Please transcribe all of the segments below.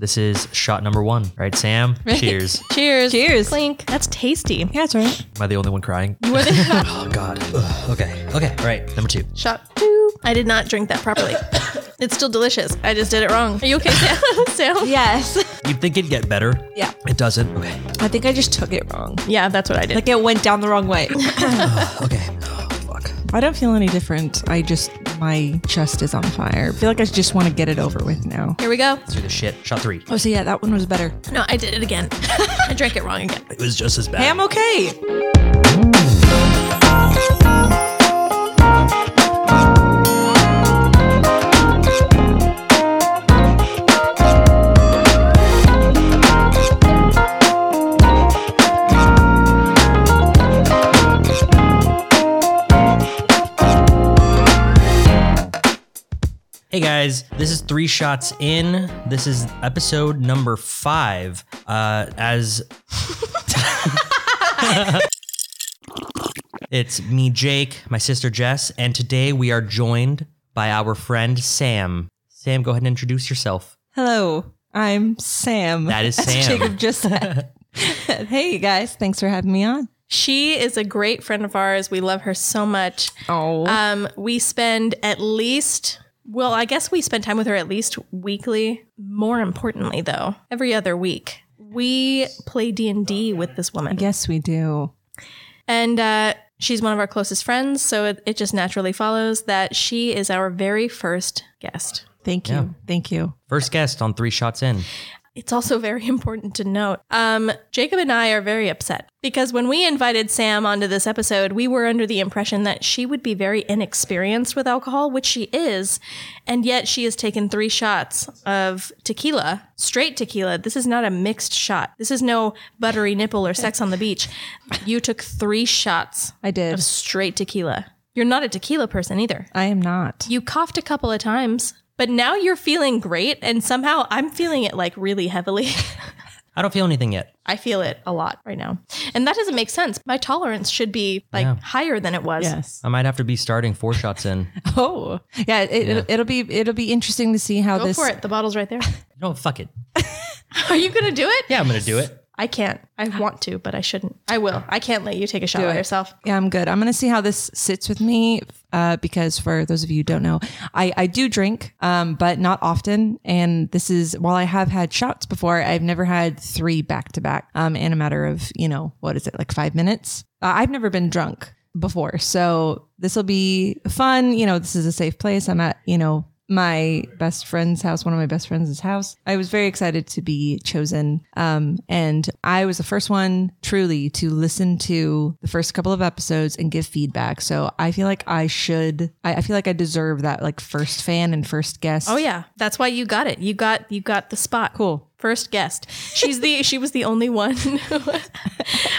This is shot number one, right, Sam? Cheers. Cheers. Cheers. Clink. That's tasty. Yeah, that's right. Am I the only one crying? oh God. Ugh, okay. Okay. All right. Number two. Shot two. I did not drink that properly. it's still delicious. I just did it wrong. Are you okay, Sam? Sam? Yes. You'd think it'd get better. Yeah. It doesn't. Okay. I think I just took it wrong. Yeah, that's what I did. Like it went down the wrong way. Okay. Oh, fuck. I don't feel any different. I just, my chest is on fire. I feel like I just want to get it over with now. Here we go. Let's do this shit. Shot three. Oh, so yeah, that one was better. No, I did it again. I drank it wrong again. It was just as bad. Hey, I'm okay. Hey guys, this is Three Shots In. This is episode number five. Uh, as it's me, Jake, my sister Jess, and today we are joined by our friend Sam. Sam, go ahead and introduce yourself. Hello, I'm Sam. That is As Sam. Jacob just said. hey, you guys, thanks for having me on. She is a great friend of ours. We love her so much. Oh, Um, we spend at least, well, I guess we spend time with her at least weekly. More importantly, though, every other week. We play D&D with this woman. yes, we do. And uh, she's one of our closest friends, so it, it just naturally follows that she is our very first guest. Thank you. Yeah. Thank you. First guest on Three Shots In. It's also very important to note. Um, Jacob and I are very upset because when we invited Sam onto this episode, we were under the impression that she would be very inexperienced with alcohol, which she is, and yet she has taken three shots of tequila, straight tequila. This is not a mixed shot. This is no buttery nipple or sex on the beach. You took three shots I did. of straight tequila. You're not a tequila person either. I am not. You coughed a couple of times, but now you're feeling great. And somehow I'm feeling it like really heavily. I don't feel anything yet. I feel it a lot right now. And that doesn't make sense. My tolerance should be like Yeah. higher than it was. Yes. I might have to be starting four shots in. Oh, yeah. It, Yeah. It'll, it'll be it'll be interesting to see how Go this. for it. The bottle's right there. No, fuck it. Are you going to do it? Yeah, I'm gonna do it. I can't. I want to, but I shouldn't. I will. I can't let you take a shot Do by it. yourself. Yeah, I'm good. I'm gonna see how this sits with me, uh, because for those of you who don't know, I I do drink, um, but not often. And this is while I have had shots before, I've never had three back to back, um, in a matter of you know what is it like five minutes. Uh, I've never been drunk before, so this will be fun. You know, this is a safe place. I'm at you know my best friend's house, one of my best friends' house. I was very excited to be chosen. Um, and I was the first one truly to listen to the first couple of episodes and give feedback. So I feel like I should, I, I feel like I deserve that like first fan and first guest. Oh yeah, that's why you got it. You got you got the spot. Cool. First guest. She's the she was the only one. who-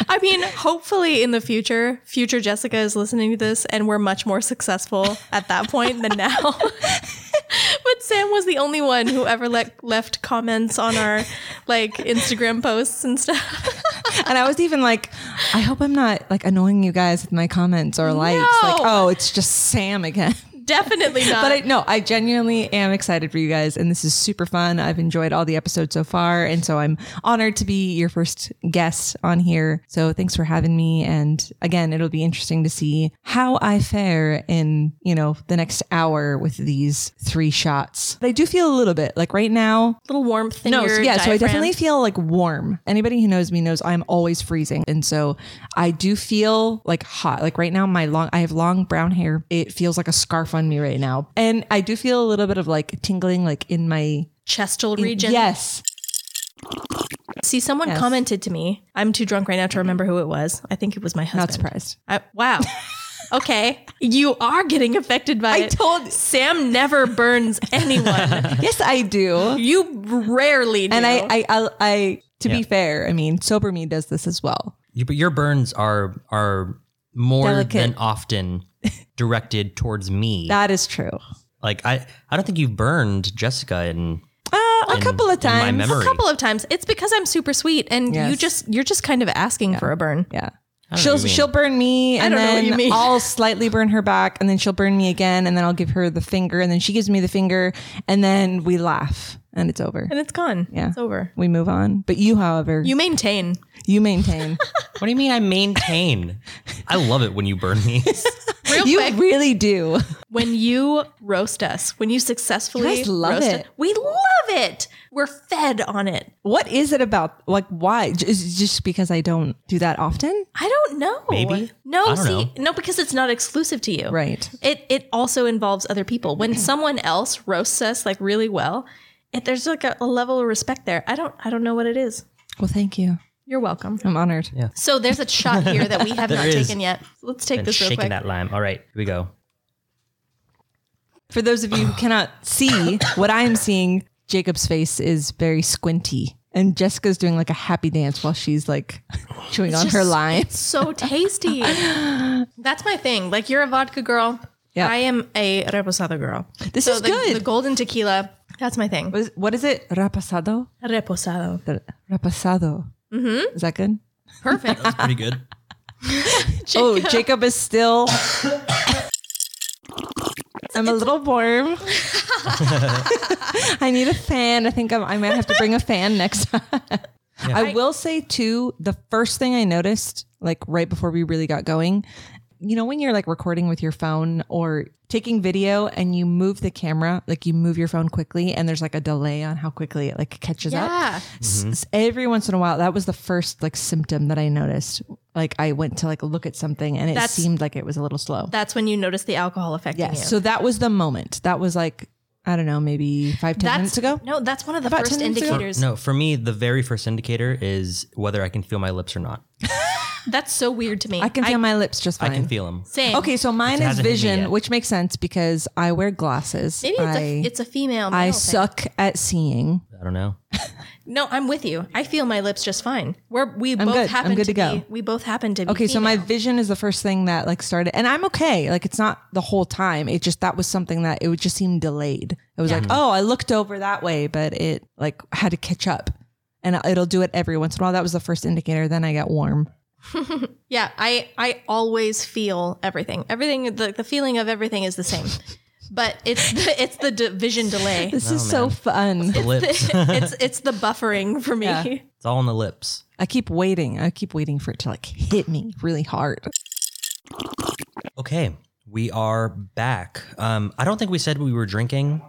I mean, hopefully in the future, future Jessica is listening to this and we're much more successful at that point than now. but Sam was the only one who ever let, left comments on our like Instagram posts and stuff. And I was even like, I hope I'm not like annoying you guys with my comments or likes. Like, No. oh, it's just Sam again. Definitely not. But I no, I genuinely am excited for you guys, and this is super fun. I've enjoyed all the episodes so far, and so I'm honored to be your first guest on here. So thanks for having me, and again, it'll be interesting to see how I fare in you know the next hour with these three shots. But I do feel a little bit like right now. little warmth in No, your yeah, so I diaphragm. definitely feel like warm. Anybody who knows me knows I'm always freezing. And so I do feel like hot. Like right now my long I have long brown hair. It feels like a scarf on me right now. And I do feel a little bit of like tingling like in my chestal region. Yes. See, someone Yes. commented to me. I'm too drunk right now to remember who it was. I think it was my husband. Not surprised. I, wow. Okay, you are getting affected by I it. told- Sam never burns anyone. Yes, I do. you rarely do. And I I I, I to Yeah. be fair, I mean, sober me does this as well. You, but your burns are are more Delicate. than often directed towards me. That is true. like I, I don't think you've burned Jessica in Uh, a In- couple of in my times. memory. a couple of times. It's because I'm super sweet, and you Yes. just you're just kind of asking for a burn. Yeah. I don't know She'll what you mean. she'll burn me, and don't know what then you mean. I'll slightly burn her back, and then she'll burn me again, and then I'll give her the finger, and then she gives me the finger, and then we laugh, and it's over. and it's gone. Yeah. It's over. We move on. But you, however, you, You maintain. maintain. What do you mean I maintain? I love it when you burn me. Real you quick, really do. when you roast us, when you successfully You guys love roast it. us- we love it. We're fed on it. What is it about? Like, why? J- Is it just because I don't do that often? I don't know. Maybe. No, I don't see, no, because it's not exclusive to you. Right. It it also involves other people. When someone else roasts us like really well, it, there's like a, a level of respect there. I don't I don't know what it is. Well, thank you. You're welcome. I'm honored. So there's a shot here that we have not There is. taken yet. So let's take and this real shaking quick. that lime. All right, here we go. For those of you who cannot see what I'm seeing, Jacob's face is very squinty. And Jessica's doing like a happy dance while she's like chewing on her just- lime. so tasty. That's my thing. Like you're a vodka girl. Yeah. I am a reposado girl. This so is the, good. The golden tequila. That's my thing. What is, what is it? Rapasado? Reposado. The- Rapasado. Mm-hmm. Is that good? Perfect. That's pretty good. Oh, Jacob is still. I'm a little warm. I need a fan. I think I'm, I might have to bring a fan next time. I will say too, the first thing I noticed, like right before we really got going, you know, when you're like recording with your phone or taking video and you move the camera, like you move your phone quickly, and there's like a delay on how quickly it like catches up yeah. s- Mm-hmm. s- every once in a while that was the first like symptom that i noticed like i went to like look at something and it That's- seemed like it was a little slow That's when you notice the alcohol affecting yes you. so that was the moment that was like i don't know maybe five ten that's minutes ago No, that's one of the About 10 first minutes ago? indicators. No, for me, the very first indicator is whether I can feel my lips or not. That's so weird to me. i can feel my lips just fine I can feel them. Same. okay so mine is hasn't hit me vision yet. which makes sense because i wear glasses Maybe it's, I, a, it's a female. I male thing. suck at seeing I don't know. No, I'm with you. I feel my lips just fine. We're we both good. I'm happen good to, to go. be. We both happen to be. okay so my vision is the first thing that like started and i'm okay like it's not the whole time it just that was something that it would just seem delayed it was like oh i looked over that way but it like had to catch up and it'll do it every once in a while that was the first indicator then i got warm Yeah, I I always feel everything. Everything the, the feeling of everything is the same. But it's the, it's the d- vision delay. this is so fun The lips. it's it's the buffering for me. Yeah. It's all in the lips. i keep waiting i keep waiting for it to like hit me really hard Okay, we are back. Um, I don't think we said we were drinking,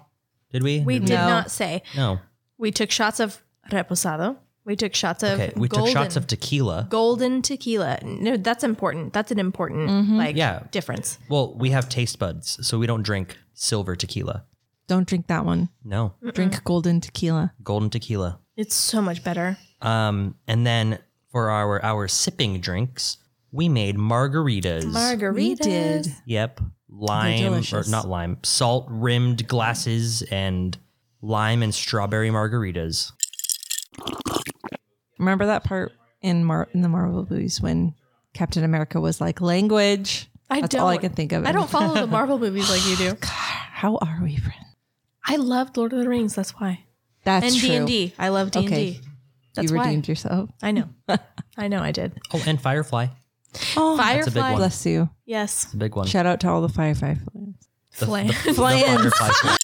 did we? We did No. not say. no. We took shots of reposado. We took shots of Okay, we golden, took shots of tequila. golden tequila. No, that's important. That's an important Mm-hmm. like Yeah. difference. Well, we have taste buds, so we don't drink silver tequila. don't drink that one No, drink golden tequila golden tequila. It's so much better. Um, and then for our our sipping drinks, we made margaritas. Margaritas. we did yep, lime or delicious. not lime, salt rimmed glasses and lime and strawberry margaritas. remember that part in Mar- in the marvel movies when captain america was like language I that's don't. all i can think of I don't follow the Marvel movies like you do. how are we friends I loved Lord of the Rings. That's why. That's And D true. and D. I love D and Okay. D. That's you why. redeemed yourself. I know. I know. I did. Oh, and Firefly, Oh, a big Firefly. one. bless you. Yes. big one. Shout out to all the Firefly flames. Flame. The Firefly.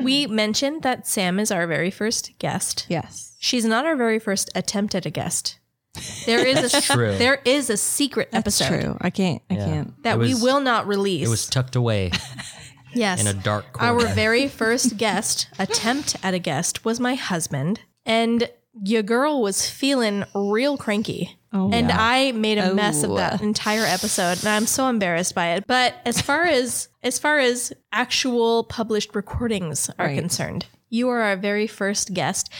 we mentioned that Sam is our very first guest. Yes. She's not our very first attempt at a guest. There is a true. there is a secret That's episode true. I can't. I can't. that It we was- will not release. It was tucked away yes. in a dark corner. Our very first guest, attempt at a guest, was my husband. And your girl was feeling real cranky. Oh. and I made a mess of Oh. that entire episode. And I'm so embarrassed by it. But as far as as far as actual published recordings are Right. concerned, you are our very first guest.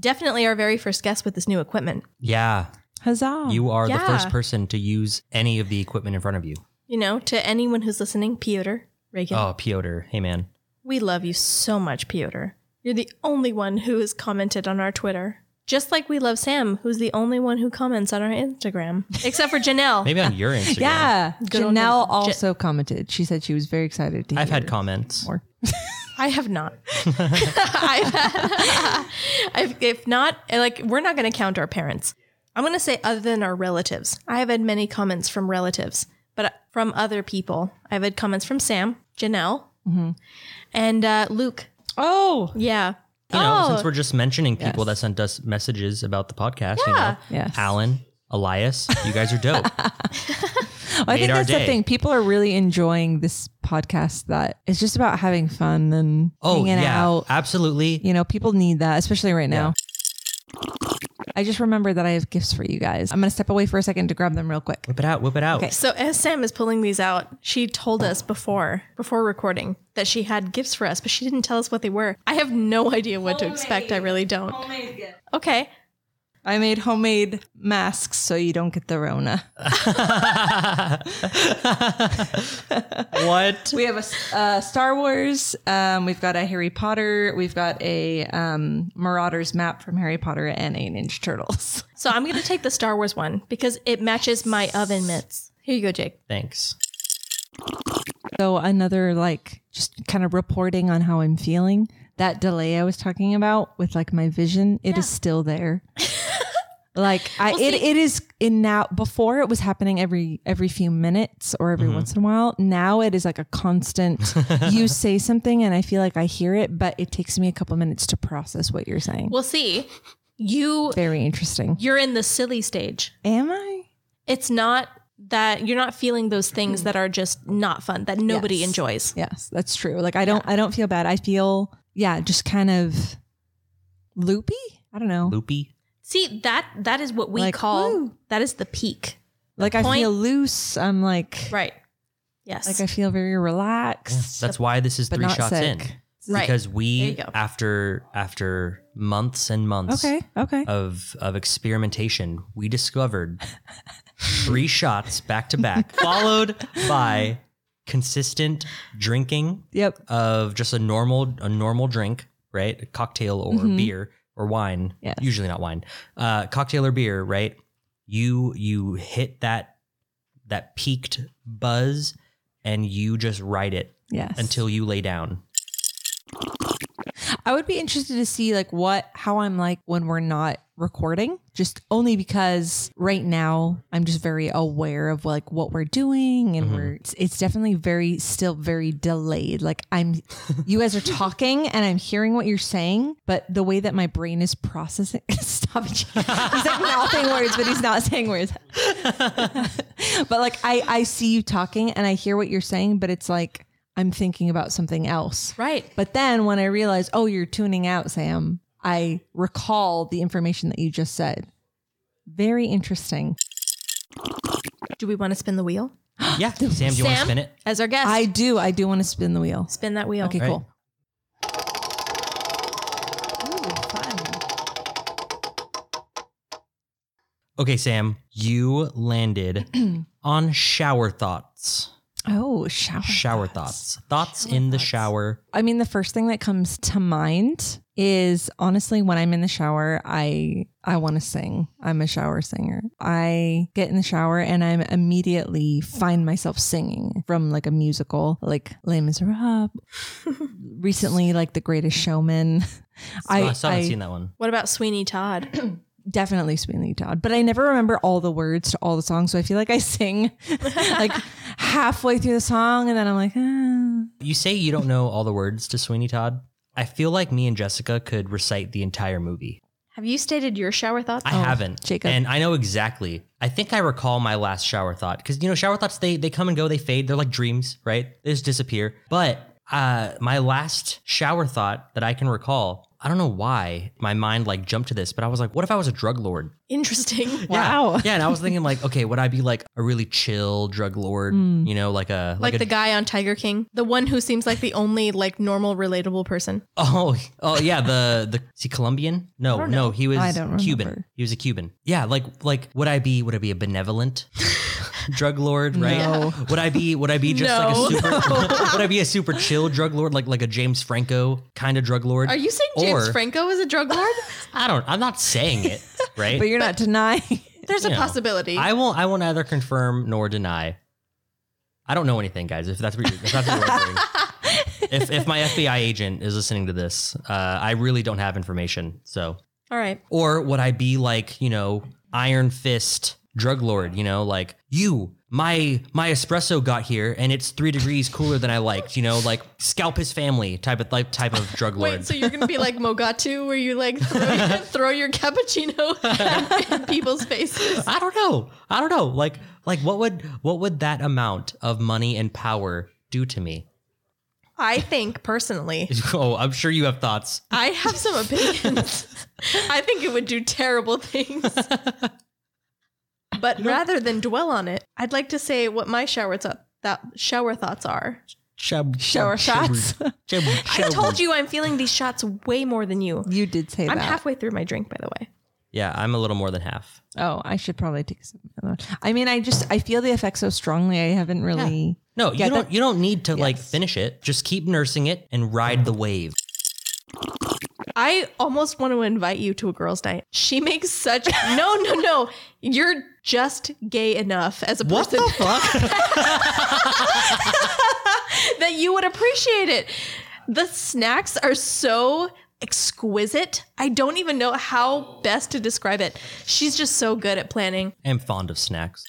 Definitely our very first guest with this new equipment. yeah, Huzzah. you are the Yeah. first person to use any of the equipment in front of you. You know, to anyone who's listening, Piotr, Reagan, Oh, Piotr. Hey, man. We love you so much, Piotr. You're the only one who has commented on our Twitter. Just like we love Sam, who's the only one who comments on our Instagram, except for Janelle. Maybe on your Instagram. yeah. old Janelle Jan- also commented. She said she was very excited to I've hear had comments. more. I have not. I've, I've, if not, like, we're not going to count our parents. I'm going to say other than our relatives. I have had many comments from relatives, but uh, from other people. I've had comments from Sam, Janelle, Mm-hmm. and uh, Luke. Oh, Yeah. You know, oh, since we're just mentioning people Yes. that sent us messages about the podcast, you Yeah. know, Yes. Alan, Elias, you guys are dope. I Made think our that's day. the thing. People are really enjoying this podcast that it's just about having fun and oh, hanging yeah. out. Absolutely. You know, people need that, especially right now. I just remembered that I have gifts for you guys. I'm going to step away for a second to grab them real quick. Whip it out. Whip it out. So as Sam is pulling these out, she told us before before recording that she had gifts for us, but she didn't tell us what they were. I have no idea what to expect. I really don't. Okay. I made homemade masks so you don't get the Rona. What? We have a s- uh, Star Wars. Um, we've got a Harry Potter. We've got a um, Marauders map from Harry Potter and a Ninja Turtles. So I'm going to take the Star Wars one because it matches my oven mitts. Here you go, Jake. Thanks. So another like just kind of reporting on how I'm feeling. That delay I was talking about with like my vision, it is still there. like I, it, it is in now. Before it was happening every every few minutes or every once in a while. Now it is like a constant. you say something and I feel like I hear it, but it takes me a couple minutes to process what you're saying. We'll see. You Very interesting. you're in the silly stage. Am I? It's not that you're not feeling those things that are just not fun that nobody Yes. enjoys. Yes, that's true. Like I don't I don't feel bad. I feel yeah, just kind of loopy. I don't know. Loopy. See, that that is what we Like, call woo. that is the peak. Like I Point- feel loose. I'm like Right. Yes. like I feel very relaxed. That's why this is But three not shots sick. in. Right. Because There we you go. after after months and months Okay. Okay. of of experimentation, we discovered three shots back to back, followed by consistent drinking Yep. of just a normal a normal drink, right? A cocktail or Mhm. beer or wine. Yes. Usually not wine. Uh, cocktail or beer, right? You you hit that that peaked buzz and you just ride it Yes. until you lay down. I would be interested to see like what how I'm like when we're not recording just only because right now I'm just very aware of like what we're doing and Mhm. we're it's, it's definitely very still very delayed like I'm you guys are talking and I'm hearing what you're saying but the way that my brain is processing stop it he's like mouthing words but he's not saying words but like I I see you talking and I hear what you're saying but it's like I'm thinking about something else right. but then when I realized, oh, you're tuning out, Sam, I recall the information that you just said. Very interesting. Do we want to spin the wheel? Yeah. Sam, do you want to Sam? spin it? As our guest. I do. I do want to spin the wheel. spin that wheel. Okay, Right. cool. Ooh, fun. Okay, Sam, you landed on shower thoughts. Oh, shower. Shower thoughts. Thoughts in the shower. I mean, the first thing that comes to mind is honestly when I'm in the shower, I I want to sing. I'm a shower singer. I get in the shower and I'm immediately find myself singing from like a musical, like Les Miserables. Recently, like The Greatest Showman. I, I, I still haven't I seen that one. What about Sweeney Todd? definitely Sweeney Todd, but I never remember all the words to all the songs, so I feel like I sing like halfway through the song, and then I'm like, ah. You say you don't know all the words to Sweeney Todd. I feel like me and Jessica could recite the entire movie. Have you stated your shower thoughts? I haven't. Jacob. And I know exactly. I think I recall my last shower thought because, you know, shower thoughts, they, they come and go, they fade. They're like dreams, right? They just disappear. But uh, my last shower thought that I can recall, I don't know why my mind like jumped to this, but I was like, what if I was a drug lord? Interesting. Yeah. Wow. Yeah. and I was thinking like, okay, would I be like a really chill drug lord? You know, like a like, Like, a, the guy on Tiger King, the one who seems like the only like normal relatable person. oh oh yeah the the is he Colombian? No, no, he was I don't Cuban. remember. He was a Cuban. Yeah, like like would I be would I be a benevolent drug lord? Right? No. Would I be would I be just No. like a super would I be a super chill drug lord like like a James Franco kind of drug lord? Are you saying James Or- Franco is a drug lord? I don't. I'm not saying it. Right? but you're not denying. There's a You know, possibility. I will. I will neither confirm nor deny. I don't know anything, guys. If that's what you're, if that's what you're wondering. if if my FBI agent is listening to this, uh, I really don't have information. So, All right. or would I be like you know iron fist drug lord, you know, like you, my my espresso got here and it's three degrees cooler than I liked, you know, like scalp his family type of like type of drug lord. Wait, so you're gonna be like Mogatu, where you like throw, throw your cappuccino in people's faces? I don't know. I don't know. Like like what would what would that amount of money and power do to me? I think personally, Oh, I'm sure you have thoughts. I have some opinions. I think it would do terrible things. But rather than dwell on it, I'd like to say what my shower thought that shower thoughts are. Shab, Shower shots. I told you I'm feeling these shots way more than you. You did say I'm that. halfway through my drink, by the way. Yeah, I'm a little more than half. oh, I should probably take some. other one. I mean, I just I feel the effect so strongly. I haven't really. No, you Yeah, don't. you don't need to like Yes. finish it. Just keep nursing it and ride the wave. I almost want to invite you to a girls' night. She makes such no, no, no. You're just gay enough as a person fuck? that you would appreciate it. The snacks are so exquisite. I don't even know how best to describe it. She's just so good at planning. I'm fond of snacks.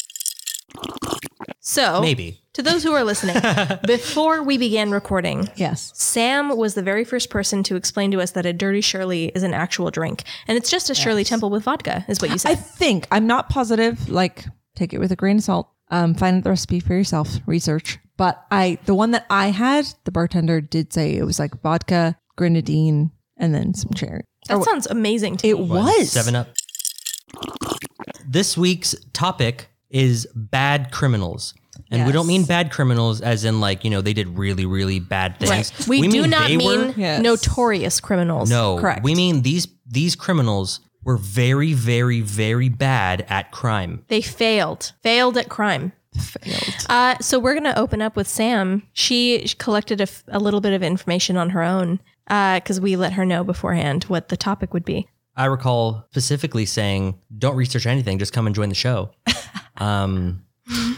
So, Maybe. to those who are listening, before we began recording, Yes. Sam was the very first person to explain to us that a dirty Shirley is an actual drink. And it's just a Shirley Temple with vodka, is what you I said. think I'm not positive. Like, take it with a grain of salt. Um, find out the recipe for yourself. Research. But I, the one that I had, the bartender did say it was like vodka, grenadine, and then some cherry. Oh. that sounds amazing to It me. was Seven up. This week's topic is bad criminals. And we don't mean bad criminals as in like, you know, they did really, really bad things. We, do mean not they mean were- Yes. notorious criminals. No, Correct. We mean these these criminals were very, very, very bad at crime. They failed. Failed at crime. failed. Uh, so we're going to open up with Sam. She collected a, f- a little bit of information on her own because we let her know beforehand what the topic would be. I recall specifically saying, "Don't research anything; just come and join the show." um,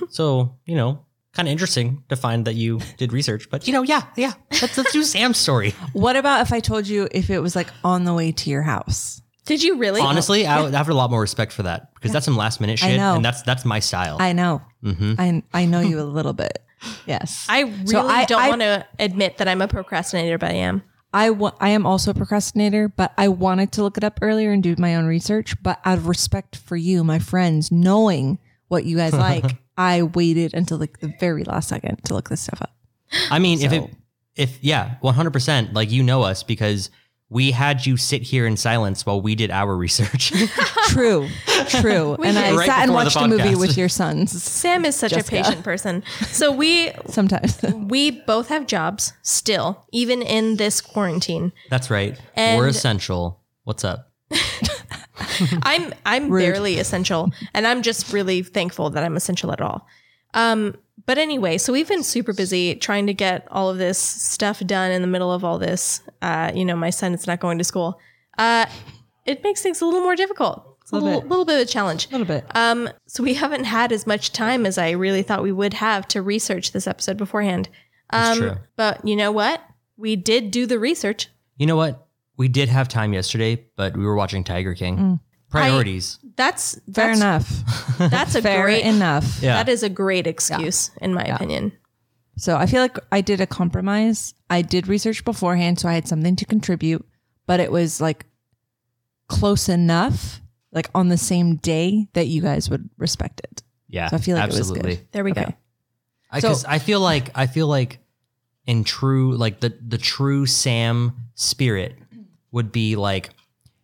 so you know, kind of interesting to find that you did research, but you know, yeah, yeah. Let's let's do Sam's story. What about if I told you if it was like on the way to your house? Did you really? Honestly, I, would have a lot more respect for that because that's some last minute I shit, know. and that's that's my style. I know. Mhm. I I know you a little bit. Yes. I really So I- don't I- want to admit that I'm a procrastinator, but I am. I wa- I am also a procrastinator, but I wanted to look it up earlier and do my own research. But out of respect for you, my friends, knowing what you guys like, I waited until like the very last second to look this stuff up. I mean, if So- it, if yeah, one hundred percent. Like you know us because we had you sit here in silence while we did our research. True, true. and I Right sat and before the watched a movie podcast. with your sons Sam is such Jessica. a patient person. So we sometimes. we both have jobs still, even in this quarantine. that's right. We're And- essential. What's up? I'm I'm Rude. barely essential, and I'm just really thankful that I'm essential at all. Um, but anyway, so we've been super busy trying to get all of this stuff done in the middle of all this. Uh, you know, my son is not going to school. Uh, it makes things a little more difficult. It's a Little little, bit. little bit of a challenge. a little bit. Um, so we haven't had as much time as I really thought we would have to research this episode beforehand. That's Um, true. But you know what? We did do the research. You know what? We did have time yesterday, but we were watching Tiger King. Mm. Priorities. That's Fair that's, enough. That's a Fair great. enough. yeah. That is a great excuse, in my opinion. So I feel like I did a compromise. I did research beforehand, so I had something to contribute, but it was like close enough, like on the same day that you guys would respect it. yeah. So I feel like it was good. absolutely. There we go. Okay. So- Because I feel like I feel like in true like the the true Sam spirit would be like,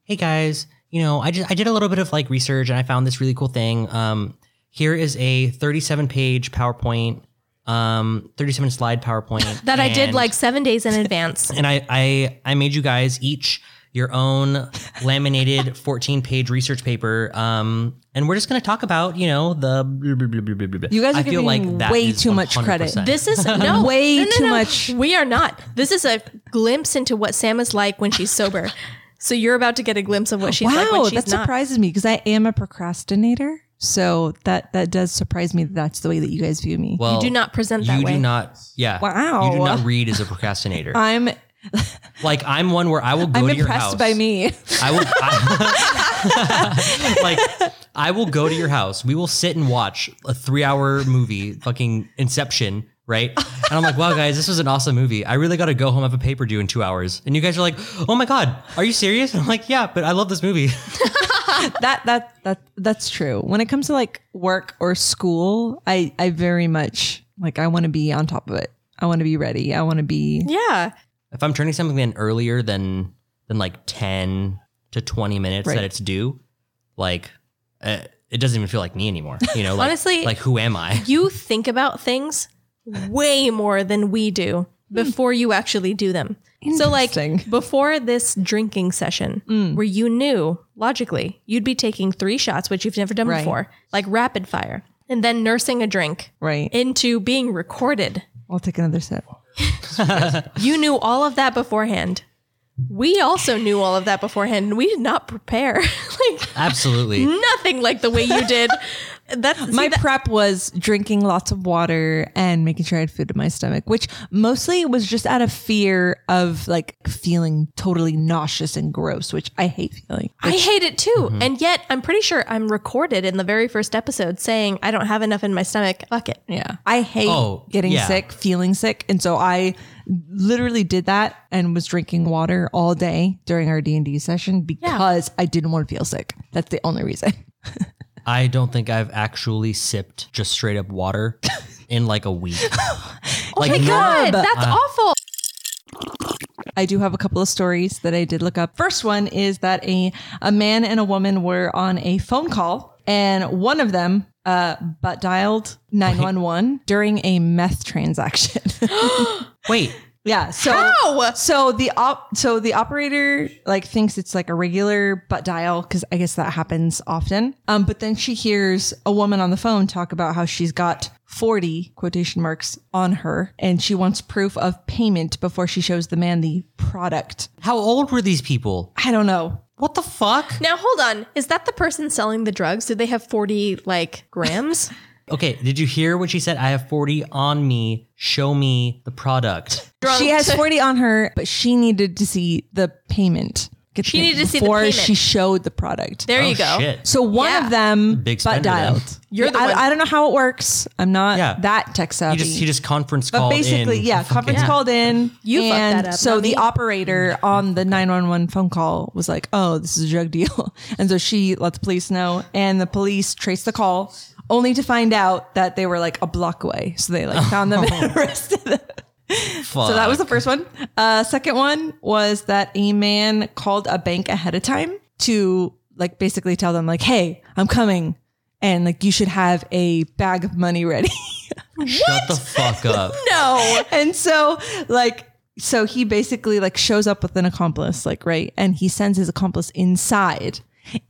hey guys, you know, I just I did a little bit of like research and I found this really cool thing. Um, here is a 37 page PowerPoint, um, 37 slide PowerPoint That I did and- like seven days in advance. and I I I made you guys each your own laminated 14 page research paper um and we're just going to talk about you know the blah, blah, blah, blah, blah, blah. You guys are I feel giving like that way is too much credit. 100%. This is no Way no, no, too no. much. We are not. This is a glimpse into what Sam is like when she's sober. So you're about to get a glimpse of what she's like wow, when she's that not. surprises me because I am a procrastinator. So that that does surprise me that that's the way that you guys view me. well, you do not present that you way. Uh, do not yeah Wow. you do not read as a procrastinator I'm like i'm one where i will go I'm to your house impressed by me. i will I, like I will go to your house. We will sit and watch a three hour movie, fucking Inception, right? And I'm like, wow, guys, this was an awesome movie. I really got to go home, have a paper due in two hours. And you guys are like, oh my God, are you serious? And I'm like, yeah, but I love this movie. that that that that's true. When it comes to like work or school, I I very much like I want to be on top of it. I want to be ready. I want to be Yeah. if I'm turning something in earlier than than like 10 to 20 minutes that Right. it's due, like uh, it doesn't even feel like me anymore. You know, like, Honestly- like who am I? You think about things way more than we do before you actually do them. So, like Hmm. Interesting. Hmm. before this drinking session, where you knew logically you'd be taking three shots, which you've never done Right. before, like rapid fire, and then nursing a drink right. into being recorded. I'll take another sip. You knew all of that beforehand. We also knew all of that beforehand, and we did not prepare. like, Absolutely. nothing like the way you did. That's see, My that- prep was drinking lots of water and making sure I had food in my stomach, which mostly was just out of fear of like feeling totally nauseous and gross, which I hate feeling. I hate it too. Mm-hmm. And yet, I'm pretty sure I'm recorded in the very first episode saying, I don't have enough in my stomach. Fuck it. Yeah. I hate Oh, getting yeah. sick, feeling sick. And so I literally did that and was drinking water all day during our D&D session because I didn't want to feel sick. That's the only reason. I don't think I've actually sipped just straight up water in like a week. like, my no- uh, God. Oh That's awful. I do have a couple of stories that I did look up. First one is that a a man and a woman were on a phone call and one of them uh butt dialed 911 during a meth transaction. Wait, yeah, so How? so the op- so the operator like thinks it's like a regular butt dial because I guess that happens often. Um, but then she hears a woman on the phone talk about how she's got forty quotation marks on her, and she wants proof of payment before she shows the man the product. how old were these people? I don't know. What the fuck? Now, hold on. Is that the person selling the drugs? Did they have 40 like grams? Okay, did you hear what she said? I have 40 on me. Show me the product. Drunk. She has forty on her, but she needed to see the payment. Get She needed to see the before payment. she showed the product. there Oh, you go. Shit. So one Yeah. of them Big butt spender then. dialed. You're the I, one- I don't know how it works. I'm not Yeah. that tech savvy. He just, he just conference But called basically, in. yeah, conference called in. You fucked and that up, So not me. the operator on the 911 phone call was like, oh, this is a drug deal. And so she let the police know, and the police traced the call only to find out that they were like a block away. So they like found Oh. them and arrested them. Fuck. So that was the first one. Uh, second one was that a man called a bank ahead of time to like basically tell them like, hey, I'm coming. And like, you should have a bag of money ready. Shut the fuck up. No. and so like so he basically like shows up with an accomplice like right and he sends his accomplice inside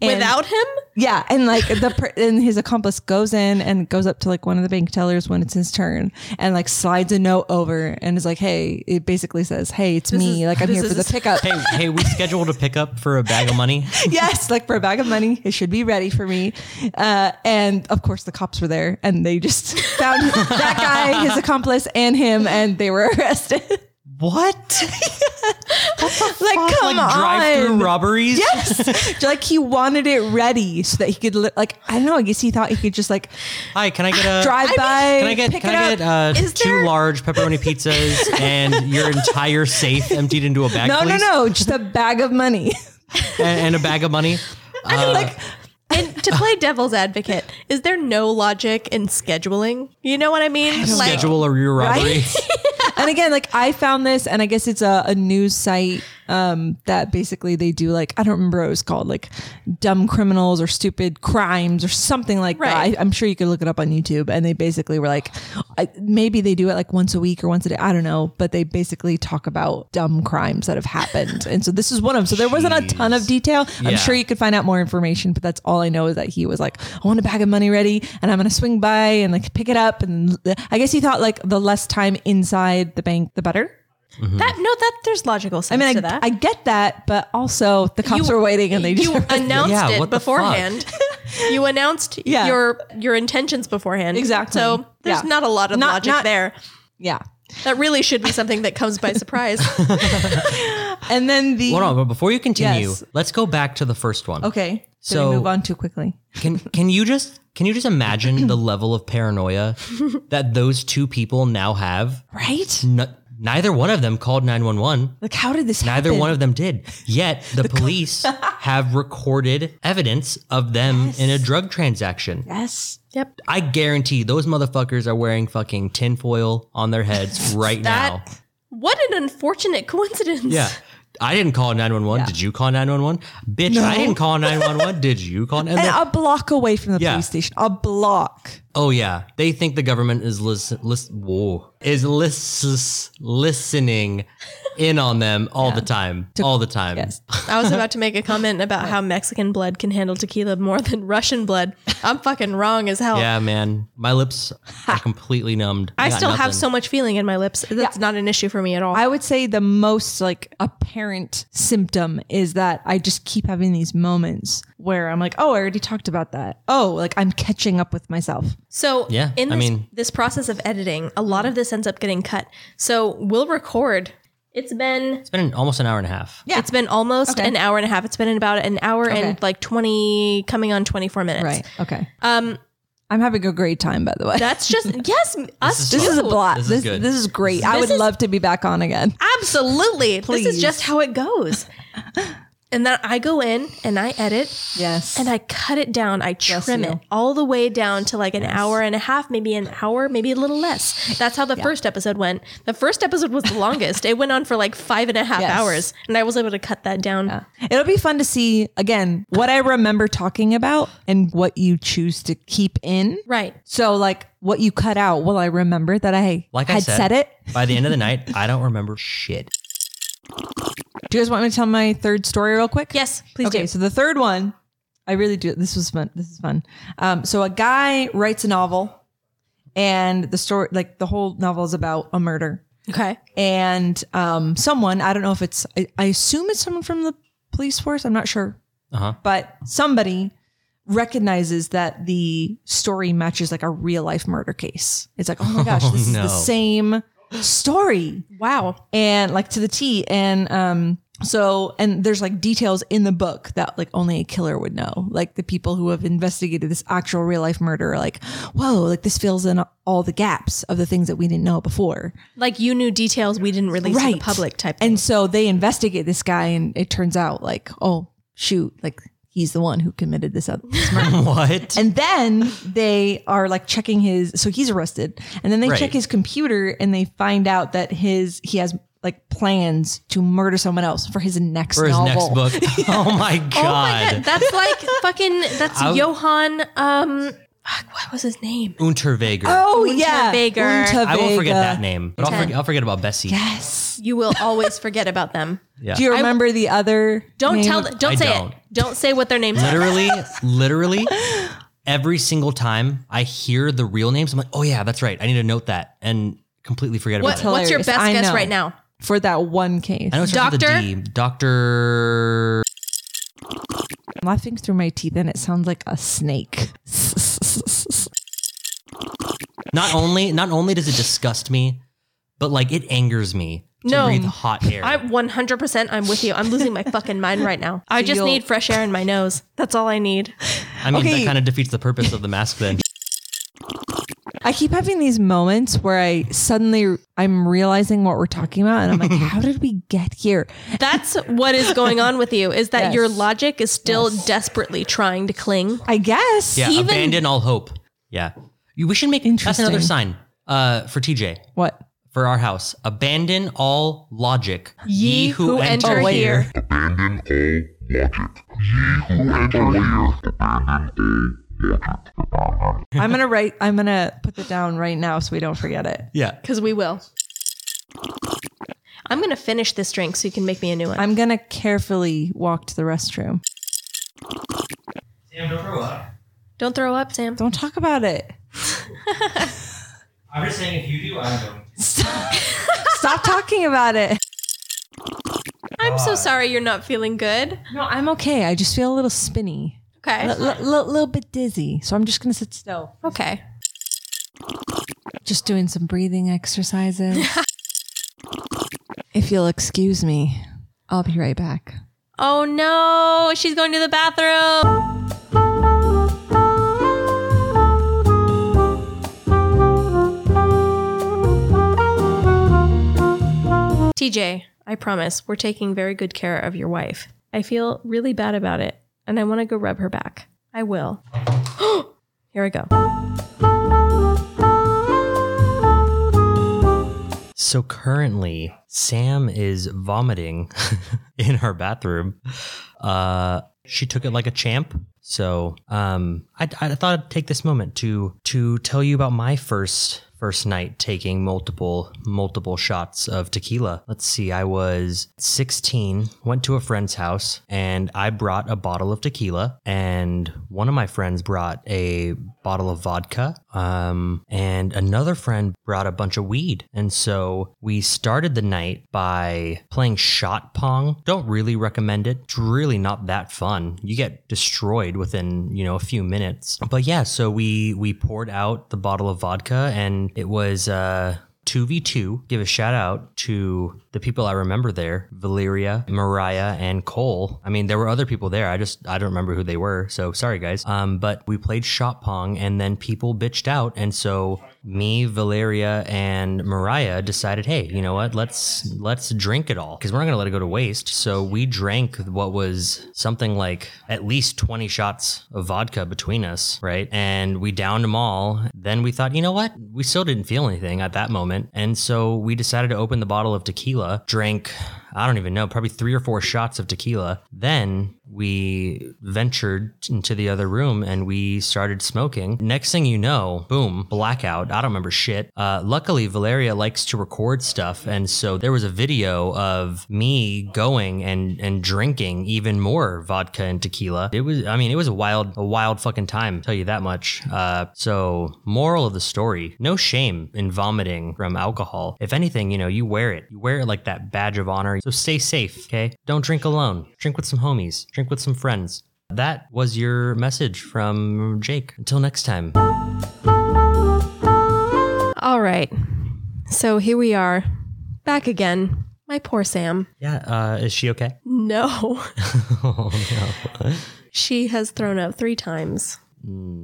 and, Without him? yeah and like the per- and his accomplice goes in and goes up to like one of the bank tellers when it's his turn and like slides a note over and is like hey it basically says hey it's me like i'm here for the pickup Hey, hey, we scheduled a pickup for a bag of money. yes like for a bag of money it should be ready for me uh, and of course the cops were there and they just found that guy his accomplice and him and they were arrested What? like come like on drive-through robberies? Yes. like he wanted it ready so that he could li- like I don't know. I guess he thought he could just like Hi, can Uh, I get a drive by. Can I get pick can it I up. get uh, Is two there- large pepperoni pizzas and your entire safe emptied into a bag, no, please? no, no, just a bag of money. A- And, a bag of money. Uh, like And to play devil's advocate, is there no logic in scheduling? You know what I mean? like, Uh, schedule a rear robbery. and again, like I found this, and I guess it's a, a news site um, that basically they do like I don't remember what it was called, like dumb criminals or stupid crimes or something like Right. that. I, I'm sure you could look it up on YouTube, and they basically were like, I, maybe they do it like once a week or once a day, I don't know, but they basically talk about dumb crimes that have happened, and so this is one of them. So there wasn't a ton of detail. Yeah. I'm sure you could find out more information, but that's all I know is that he was like, I want a bag of money ready and I'm going to swing by and like pick it up. And I guess he thought like the less time inside the bank, the better. that, Mm-hmm. no, that there's logical I sense mean, to I, that. I get that, but also the cops were waiting and they just. you announced Yeah, it what the beforehand. you announced Yeah. your your intentions beforehand. Exactly. So there's Yeah. not a lot of Not- logic not- there. yeah. That really should be something that comes by surprise. And then the Hold on, but before you continue, Yes. let's go back to the first one. Okay. Did So- we move on too quickly? Can can you just can you just imagine the level of paranoia that those two people now have? Right? N- neither one of them called 911. Like how did this Neither happen? one of them did. Yet the police have recorded evidence of them in a drug transaction. Yes. Yep. I guarantee those motherfuckers are wearing fucking tinfoil on their heads right now. That what an unfortunate coincidence. Yeah. I didn't call 911. Did you call 911? Bitch, I didn't call 911. Did you call? And And then- a block away from the Yeah. police station. A block. oh yeah, they think the government is listen, listen, whoa, is lis- listening in on them all the time, all the time. Yes. I was about to make a comment about how Mexican blood can handle tequila more than Russian blood. I'm fucking wrong as hell. Yeah, man, my lips are completely numbed. I got still nothing. have so much feeling in my lips. That's not an issue for me at all. I would say the most like apparent symptom is that I just keep having these moments where I'm like, oh, I already talked about that. Oh, like I'm catching up with myself. So Yeah, in I this, mean- this process of editing, a lot of this ends up getting cut. So we'll record. It's been It's been almost an hour and a half. Yeah. it's been almost Okay. an hour and a half. It's been about an hour Okay. and like twenty, coming on twenty four minutes. Right. Okay. Um. I'm having a great time, by the way. That's just yes. Us. is this fun. is a too. blast. This This is this, good. is, great. I would is- love to be back on again. Absolutely. This is Please. just how it goes. and then I go in and I edit Yes. and I cut it down. I trim you. it all the way down to like an hour and a half, maybe an hour, maybe a little less. That's how the first episode went. The first episode was the longest. it went on for like five and a half Yes. hours, and I was able to cut that down. It'll be fun to see again what I remember talking about and what you choose to keep in. Right. So, like what you cut out, will I remember that I Like had I said, said it? By the end of the night, I don't remember shit. Do you guys want me to tell my third story real quick? Yes, please okay, do. so the third one, I really do. This was fun. This is fun. Um, so a guy writes a novel, and the story, like the whole novel, is about a murder. Okay. And um, someone, I don't know if it's, I, I assume it's someone from the police force. I'm not sure, Uh-huh. but somebody recognizes that the story matches like a real life murder case. It's like, oh my gosh, this no. is the same story Wow. and like to the T. And um, so and there's like details in the book that like only a killer would know. Like the people who have investigated this actual real life murder are like, whoa, like this fills in all the gaps of the things that we didn't know before. Like you knew details we didn't release to the Right. public type. And so they investigate this guy, and it turns out like, oh shoot, like he's the one who committed this other. what? And then they are like checking his so he's arrested. And then they Right. check his computer and they find out that his he has like plans to murder someone else for his next For his novel. next book. Oh my god. Oh my god, that's like fucking that's I- Johan um fuck, what was his name? Unterweger. Oh yeah. Unterweger. I won't forget Unterweger. that name, but I'll, Ten. forget, I'll forget about Bessie. Yes. You will always forget about them. Yeah. Do you remember the other Don't name tell of- them don't I say don't. it. Don't say what their names are. Literally, literally, every single time I hear the real names, I'm like, oh yeah, that's right. I need to note that and completely forget What, about it. what's your hilarious. best I guess know. right now? for that one case. I know it starts with a D. Doctor. I'm laughing through my teeth and it sounds like a snake. Not only, not only does it disgust me, but like it angers me to No. breathe hot air. I 100% I'm with you. I'm losing my fucking mind right now. I just you'll- need fresh air in my nose. That's all I need. I mean, that Okay. kind of defeats the purpose of the mask then. I keep having these moments where I suddenly I'm realizing what we're talking about and I'm like, how did we get here? That's what is going on with you is that Yes. your logic is still desperately trying to cling. I guess. Yeah, Even- abandon all hope. Yeah. You- We should make that's another sign uh, for TJ What? for our house. Abandon all logic. Ye who enter wait. here. abandon all logic. Ye who enter here, abandon all logic. I'm gonna write. I'm gonna put it down right now so we don't forget it. Yeah. Because we will. I'm going to finish this drink so you can make me a new one. I'm gonna carefully walk to the restroom. Sam, don't throw up. Don't throw up, Sam. Don't talk about it. I'm just saying if you do, I'm going to. Stop talking about it. I'm so sorry you're not feeling good. No, I'm okay. I just feel a little spinny, Okay. a little bit dizzy. So I'm just gonna sit still. Okay. Just doing some breathing exercises. if you'll excuse me, I'll be right back. Oh no, she's going to the bathroom. TJ, I promise we're taking very good care of your wife. I feel really bad about it, and I want to go rub her back. I will. Here I go. So currently, Sam is vomiting in her bathroom. Uh, she took it like a champ. So um, I, I thought I'd take this moment to to tell you about my first first night taking multiple multiple shots of tequila. Let's see, I was 16, went to a friend's house, and I brought a bottle of tequila, and one of my friends brought a bottle of vodka, um, and another friend brought a bunch of weed. And so we started the night by playing shot pong. Don't really recommend it. It's really not that fun. You get destroyed within, you know, a few minutes. But yeah, so we we poured out the bottle of vodka and it was uh 2v2 give a shout out to the people i remember there valeria mariah and cole i mean there were other people there i just i don't remember who they were so sorry guys um but we played shot pong and then people bitched out and so me valeria and mariah decided hey you know what let's let's drink it all because we're not gonna let it go to waste so we drank what was something like at least 20 shots of vodka between us right and we downed them all then we thought you know what we still didn't feel anything at that moment and so we decided to open the bottle of tequila drank I don't even know, probably three or four shots of tequila. Then we ventured into the other room and we started smoking. Next thing you know, boom, blackout. I don't remember shit. Uh, luckily, Valeria likes to record stuff. And so there was a video of me going and, and drinking even more vodka and tequila. It was, I mean, it was a wild, a wild fucking time, tell you that much. Uh, so, moral of the story no shame in vomiting from alcohol. If anything, you know, you wear it. You wear it like that badge of honor. So, stay safe, okay? Don't drink alone. Drink with some homies, drink with some friends. That was your message from Jake. Until next time. All right. So here we are, back again. My poor Sam. Yeah, uh, is she okay? No. oh, no. She has thrown up three times.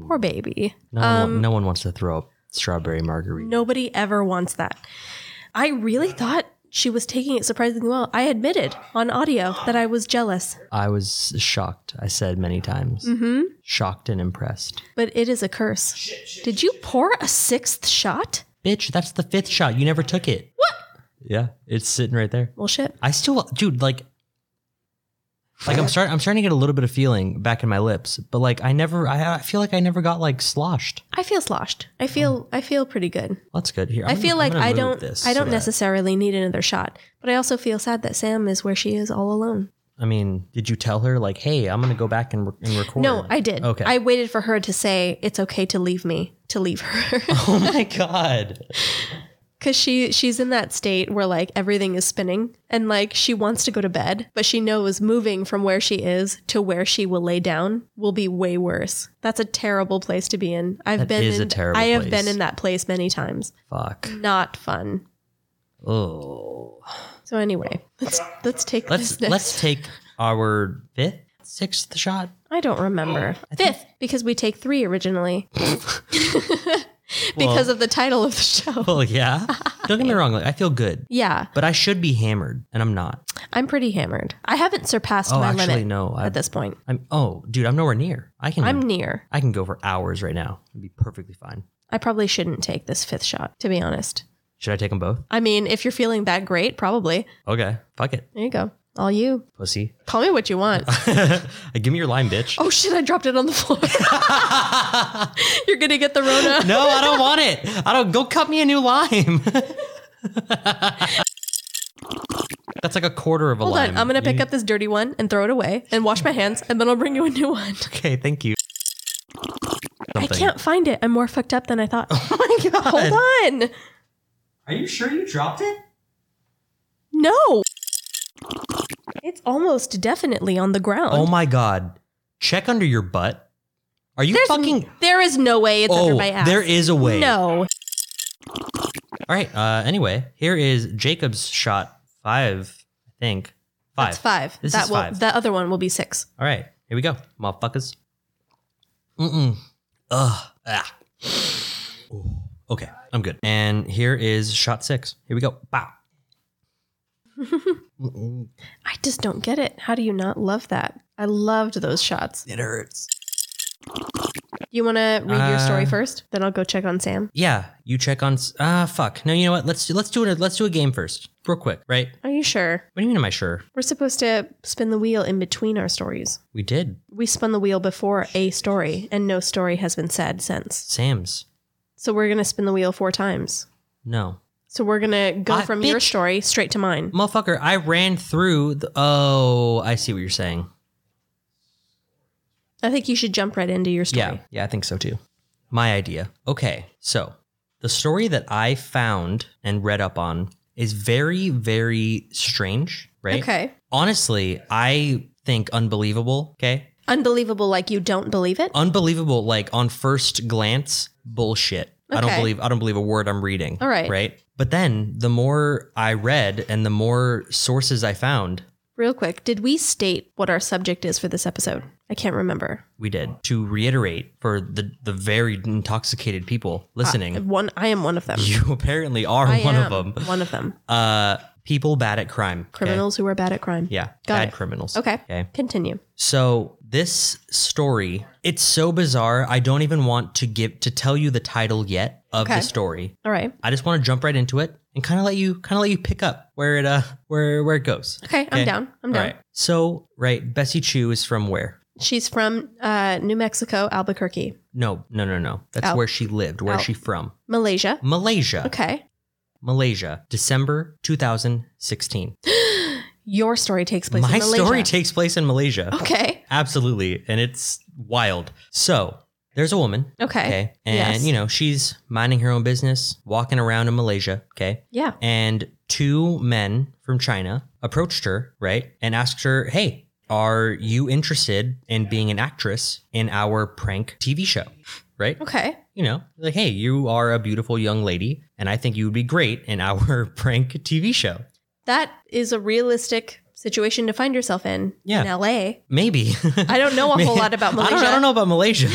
Poor baby. No, one, no one wants to throw up strawberry margarita. Nobody ever wants that. I really thought she was taking it surprisingly well. I admitted on audio that I was jealous, I was shocked. I said many times. Mm-hmm. Shocked and impressed. but it is a curse. Did you pour a sixth shot? Bitch, that's the fifth shot. You never took it. What? Yeah, it's sitting right there. Well, shit. I still, dude, like, like I'm starting, I'm starting to get a little bit of feeling back in my lips, but like I never, I, I feel like I never got like sloshed. I feel sloshed. I feel I feel pretty good. That's good. Here, I'm I gonna- feel I'm like gonna I move don't this I so don't that- necessarily need another shot, but I also feel sad that Sam is where she is all alone. I mean, did you tell her like, hey, I'm gonna go back and, re- and record? No, I did. Okay. I waited for her to say it's okay to leave me, to leave her. oh my god. Cause she she's in that state where like everything is spinning and like she wants to go to bed, but she knows moving from where she is to where she will lay down will be way worse. That's a terrible place to be in. I've That been is a in, terrible I have place. been in that place many times. Fuck. Not fun. Oh. So anyway, let's let's take Let's this next. let's take our fifth, sixth shot. I don't remember. Fifth, because we take three originally. because of the title of the show. Well, yeah. Don't get me wrong. Like, I feel good, Yeah, but I should be hammered, and I'm not. I'm pretty hammered. I haven't surpassed Oh, my actually, limit no. I, at this point. I'm. Oh, dude, I'm nowhere near. I can. I'm near. I can go for hours right now. It'd be perfectly fine. I probably shouldn't take this fifth shot, to be honest. Should I take them both? I mean, if you're feeling that great, probably. Okay. Fuck it, There you go. All you. pussy. Call me what you want. Give me your line, bitch. oh shit, I dropped it on the floor. you're gonna get the Rona. No, I don't want it. I don't. Go cut me a new lime. That's like a quarter of a Hold lime. on, I'm gonna pick You- up this dirty one and throw it away and wash my hands and then I'll bring you a new one. Okay, thank you. I Something. can't find it. I'm more fucked up than I thought. Oh my god. Hold on. Are you sure you dropped it? No. It's almost definitely on the ground. Oh my god. Check under your butt. Are you There's fucking there is no way it's under Oh, my ass. there is a way. No. All right. Uh anyway, here is Jacob's shot 5, I think. Five. That's five. This that is will five. the other one will be six. All right, here we go, motherfuckers. Mm-mm. Ugh. Ah. Ooh. Okay, I'm good. And here is shot six. Here we go. Bow. Mm-mm. I just don't get it. How do you not love that? I loved those shots. It hurts. You want to read your story Uh, first? Then I'll go check on Sam. Yeah, you check on. s- Ah, fuck. No, you know what? Let's do, let's do it. Let's do a game first, real quick, right? Are you sure? What do you mean? Am I sure? We're supposed to spin the wheel in between our stories. We did We spun the wheel before a story, and no story has been said since. Sam's. So we're going to spin the wheel four times. No, So we're going to go I- from your Ah, bitch. story straight to mine. motherfucker. I ran through. The, oh, I see what you're saying. I think you should jump right into your story. Yeah, yeah, I think so too. My idea. Okay, so the story that I found and read up on is very, very strange, right? Okay. Honestly, I think unbelievable. Okay. Unbelievable, like you don't believe Uh. it? Unbelievable, like on first glance, bullshit. I don't Okay. believe I don't believe a word I'm reading. All right. Right. But then the more I read and the more sources I found, Real quick, did we state what our subject is for this episode? I can't remember. we did. To reiterate for the the very intoxicated people listening, One, I am one of them. you apparently are I one am of them. One of them. uh people bad at crime okay? Criminals who are bad at crime. yeah Got bad it. criminals Okay. okay Continue. so this story it's so bizarre i don't even want to give to tell you the title yet of Okay. the story All right. i just want to jump right into it and kind of let you kind of let you pick up where it uh where where it goes Okay, I'm Okay. down. I'm all down. right so right bessie chu is from where She's from uh, New Mexico, Albuquerque, no no no no that's Out. where she lived where's Out. she from Malaysia. malaysia Okay. malaysia december 2016 Your story takes place my in Malaysia. Oh. story takes place in malaysia Okay. Absolutely. And it's wild. So there's a woman. Okay. Okay. And, Eh, Yes. you know, she's minding her own business, walking around in Malaysia. Okay. Yeah. And two men from China approached her, right? And asked her, hey, are you interested in being an actress in our prank TV show? Right? Okay. You know, like, hey, you are a beautiful young lady, and I think you would be great in our prank TV show. That is a realistic situation to find yourself in Yeah. in LA. Maybe. I don't know a whole lot about I Malaysia. don't, I don't know about Malaysia.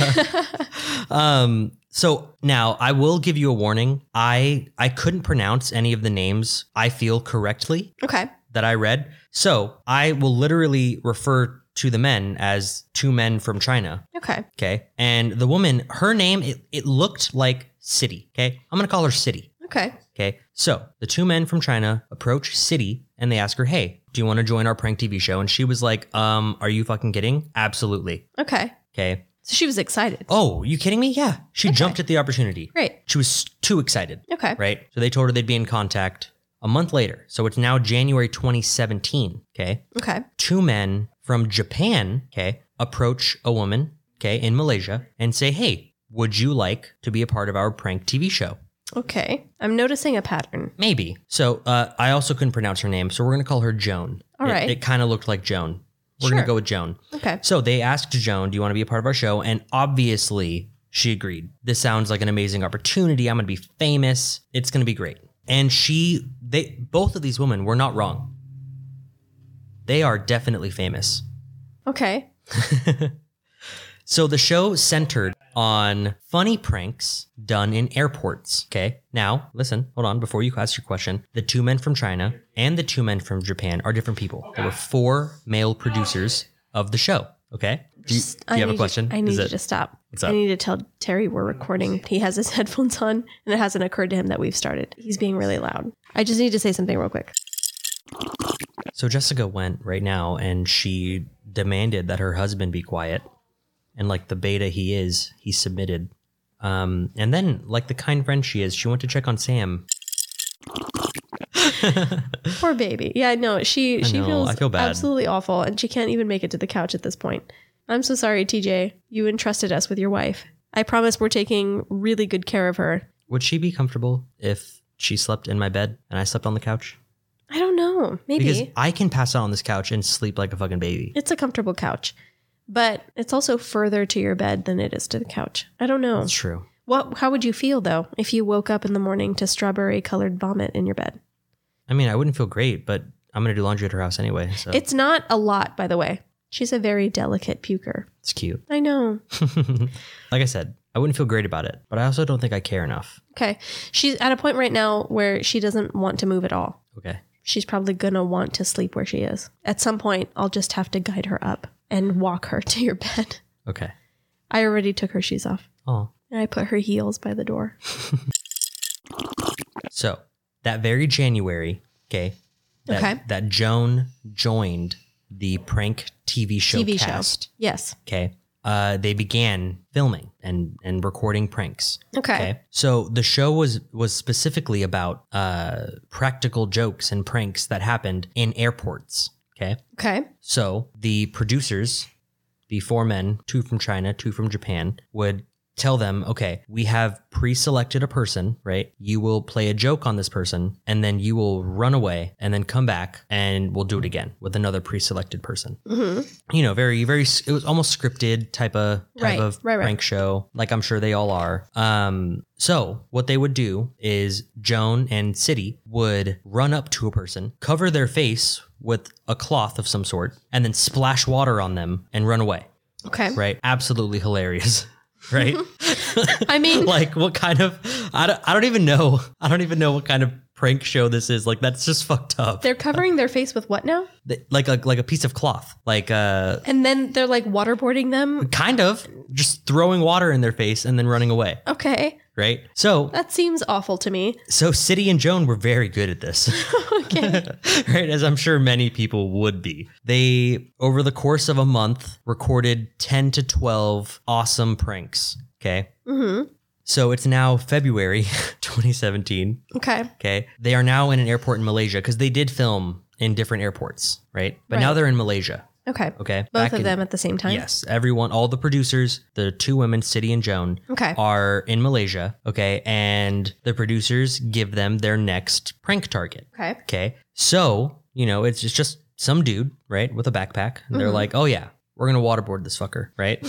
um, so now I will give you a warning. I I couldn't pronounce any of the names I feel correctly Okay. that I read. So I will literally refer to the men as two men from China. Okay. Okay. And the woman, her name, it, it looked like City. Okay. I'm gonna call her City. Okay. Okay. So the two men from China approach City and they ask her, Hey, do you want to join our prank TV show? And she was like, Um, are you fucking kidding? Absolutely. Okay. Okay. So she was excited. Oh, you kidding me? Yeah. She jumped at the opportunity. Great. She was too excited, Okay. right? So they told her they'd be in contact a month later. So it's now January 2017. Okay. Okay. Two men from Japan, okay, approach a woman, okay, in Malaysia and say, hey, would you like to be a part of our prank TV show? Okay. I'm noticing a pattern. Maybe. So uh, I also couldn't pronounce her name. So we're going to call her Joan. All It- right. It, kind of looked like Joan. We're going Sure. to go with Joan. Okay. So they asked Joan, "Do you want to be a part of our show?" And obviously, she agreed. This sounds like an amazing opportunity. I'm going to be famous. It's going to be great. And she, they, both of these women were not wrong. They are definitely famous. Okay. So the show centered on funny pranks done in airports. Okay. Now, listen, hold on. Before you ask your question, the two men from China and the two men from Japan are different people. There were four male producers of the show. Okay. Do you, do you have need a question? I need Is you it- to stop. What's up? I need to tell Terry we're recording. He has his headphones on, and it hasn't occurred to him that we've started. He's being really loud. I just need to say something real quick. So Jessica went right now and she demanded that her husband be quiet. And like the beta he is, he submitted. Um, and then, like the kind friend she is, she went to check on Sam. Poor baby. Yeah, no, she I she know, feels I feel bad. absolutely awful, and she can't even make it to the couch at this point. I'm so sorry, TJ. You entrusted us with your wife. I promise we're taking really good care of her. Would she be comfortable if she slept in my bed and I slept on the couch? I don't know. Maybe Because I can pass out on this couch and sleep like a fucking baby. it's a comfortable couch, but it's also further to your bed than it is to the couch. I don't know. That's true. What? How would you feel though if you woke up in the morning to strawberry colored vomit in your bed? I mean, I wouldn't feel great, but I'm gonna do laundry at her house anyway, so it's, It's not a lot, by the way. She's a very delicate puker. cute. I know. like I said, I wouldn't feel great about it, but I also don't think I care enough. Okay. She's at a point right now where she doesn't want to move at all. Okay. She's probably going to want to sleep where she is. At some point, I'll just have to guide her up and walk her to your bed. Okay. I already took her shoes off. Oh. And I put her heels by the door. So that very January, okay, that, Okay. that Joan joined the prank TV show TV cast. show. Yes. Okay. Uh, they began filming and and recording pranks. Okay. Okay. So the show was was specifically about uh, practical jokes and pranks that happened in airports. Okay. Okay. So the producers, the four men, two from China, two from Japan, would tell them, okay, we have pre selected a person, right? You will play a joke on this person, and then you will run away and then come back and we'll do it again with another pre selected person. Mhm. You know, very, very, s- it was almost scripted type of, type Right, of right, right. prank show, like I'm sure they all are. Um, so what they would do is Joan and City would run up to a person, cover their face with a cloth of some sort, and then splash water on them and run away. Okay. Right? Absolutely hilarious. Right? I mean, like what kind of I don't, I don't even know. I don't even know what kind of prank show this is. Like that's just fucked up. they're covering their face with what now? Th- Like a like a piece of cloth. Like uh And then they're like waterboarding them. kind of just throwing water in their face and then running away, Okay. right? So That seems awful to me. so City and Joan were very good at this. Okay. right, as I'm sure many people would be. They, over the course of a month, recorded 10 to 12 awesome pranks. Okay. hmm So it's now February 2017. Okay. Okay. They are now in an airport in Malaysia because they did film in different airports, right? But now Right. they're in Malaysia. Okay. Okay. Both Back of in- them at the same time? Yes. Everyone, all the producers, the two women, City and Joan, Okay. are in Malaysia. Okay. And the producers give them their next prank target. Okay. Okay. So, you know, it's, it's just some dude, right, with a backpack. And they're Mhm. like, oh, yeah, we're going to waterboard this fucker, right?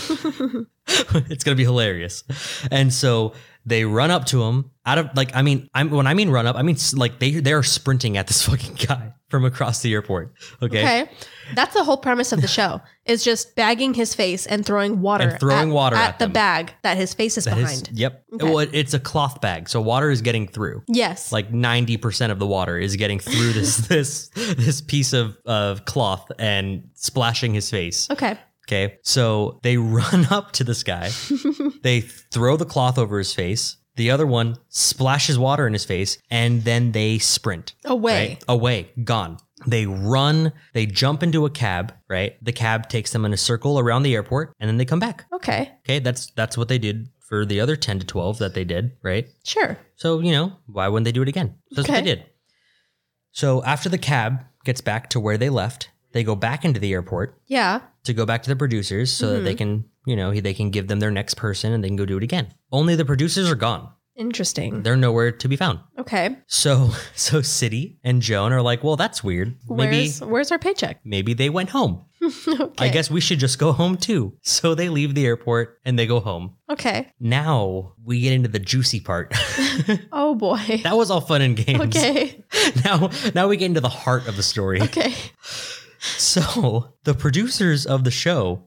it's going to be hilarious. And so they run up to him out of like, I mean, I'm when I mean run up, I mean, s- like they, they are sprinting at this fucking guy from across the airport. Okay. Okay. That's the whole premise of the show is just bagging his face and throwing water And throwing at, water at, at the them. bag that his face is That is- behind. yep. Okay. Well, it- it's a cloth bag. So water is getting through. yes. like 90% of the water is getting through this this this piece of, of cloth and splashing his face okay. okay so they run up to this guy they throw the cloth over his face the other one splashes water in his face and then they sprint Away. right? away gone they run they jump into a cab right the cab takes them in a circle around the airport and then they come back Okay. okay that's that's what they did for the other 10 to 12 that they did right Sure. so, you know, why wouldn't they do it again? So That's what Okay. they did. So after the cab gets back to where they left, they go back into the airport Yeah. to go back to the producers so that they Mm-hmm. can, you know, he- they can give them their next person and they can go do it again. Only the producers are gone. Interesting. They're nowhere to be found. Okay. So so City and Joan are like, well, that's weird. Maybe Where's where's our paycheck? maybe they went home. okay. I guess we should just go home too. So they leave the airport and they go home. Okay. Now we get into the juicy part. Oh boy. that was all fun and games. Okay. now now we get into the heart of the story. Okay. So the producers of the show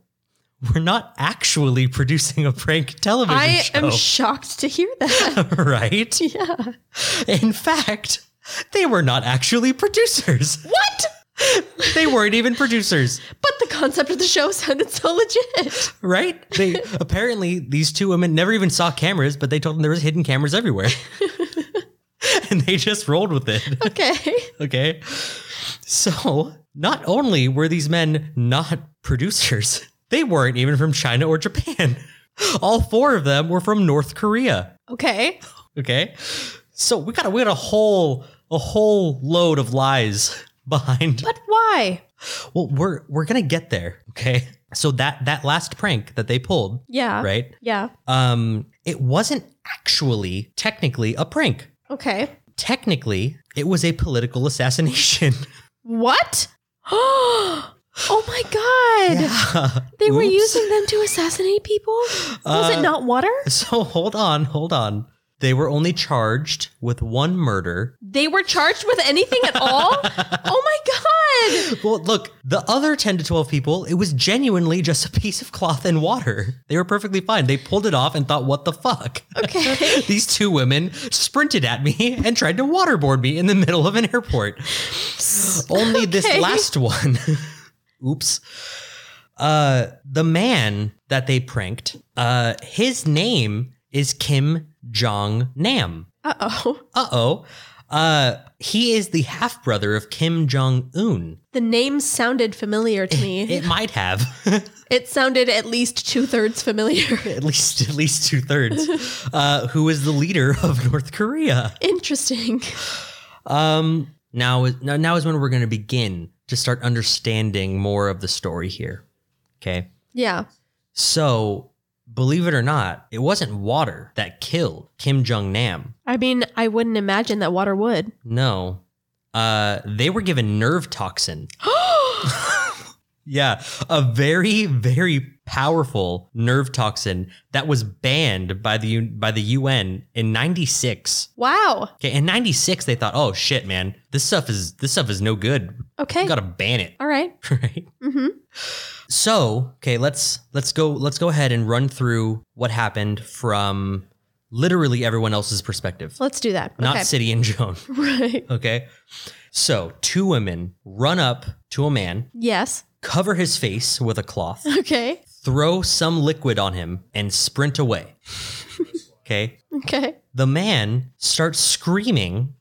were not actually producing a prank television I show. am shocked to hear that. right? yeah. In fact, they were not actually producers. What? they weren't even producers, But the concept of the show sounded so legit. right? They apparently these two women never even saw cameras, but they told them there was hidden cameras everywhere. and they just rolled with it. Okay. Okay. So, not only were these men not producers, they weren't even from China or Japan. All four of them were from North Korea. Okay. Okay. So, we got a, we got a whole a whole load of lies behind. But why? Well, we're we're going to get there, okay? So that that last prank that they pulled, Yeah. right? Yeah. Um it wasn't actually technically a prank. Okay. Technically, it was a political assassination. What? oh my god. They were Oops. using them to assassinate people? Was Uh, it not water? So hold on, hold on. They were only charged with one murder. They were charged with anything at all? oh my God. Well, look, the other 10 to 12 people, it was genuinely just a piece of cloth and water. They were perfectly fine. They pulled it off and thought, what the fuck? Okay. These two women sprinted at me and tried to waterboard me in the middle of an airport. Only this Okay. last one. Oops. Uh, the man that they pranked, uh, his name is Kim Jong Nam. Uh oh. Uh-oh. Uh, he is the half-brother of Kim Jong-un. The name sounded familiar to me. It might have. It sounded at least two thirds familiar. at least at least two-thirds. Uh, who is the leader of North Korea. Interesting. Um now is now, now is when we're gonna begin to start understanding more of the story here. Okay. Yeah. So believe it or not, it wasn't water that killed Kim Jong Nam. I mean, I wouldn't imagine that water would. No. Uh, they were given nerve toxin. yeah, a very very powerful nerve toxin that was banned by the U- by the UN in 96. Wow. Okay, in 96 they thought, "Oh shit, man. This stuff is this stuff is no good. Okay. We got to ban it." All right. Right? Mm-hmm. So, okay, let's let's go let's go ahead and run through what happened from literally everyone else's perspective. Let's do that. Not okay. City and Joan. right. Okay. So two women run up to a man, Yes. cover his face with a cloth, Okay. throw some liquid on him, and sprint away. Okay. Okay. The man starts screaming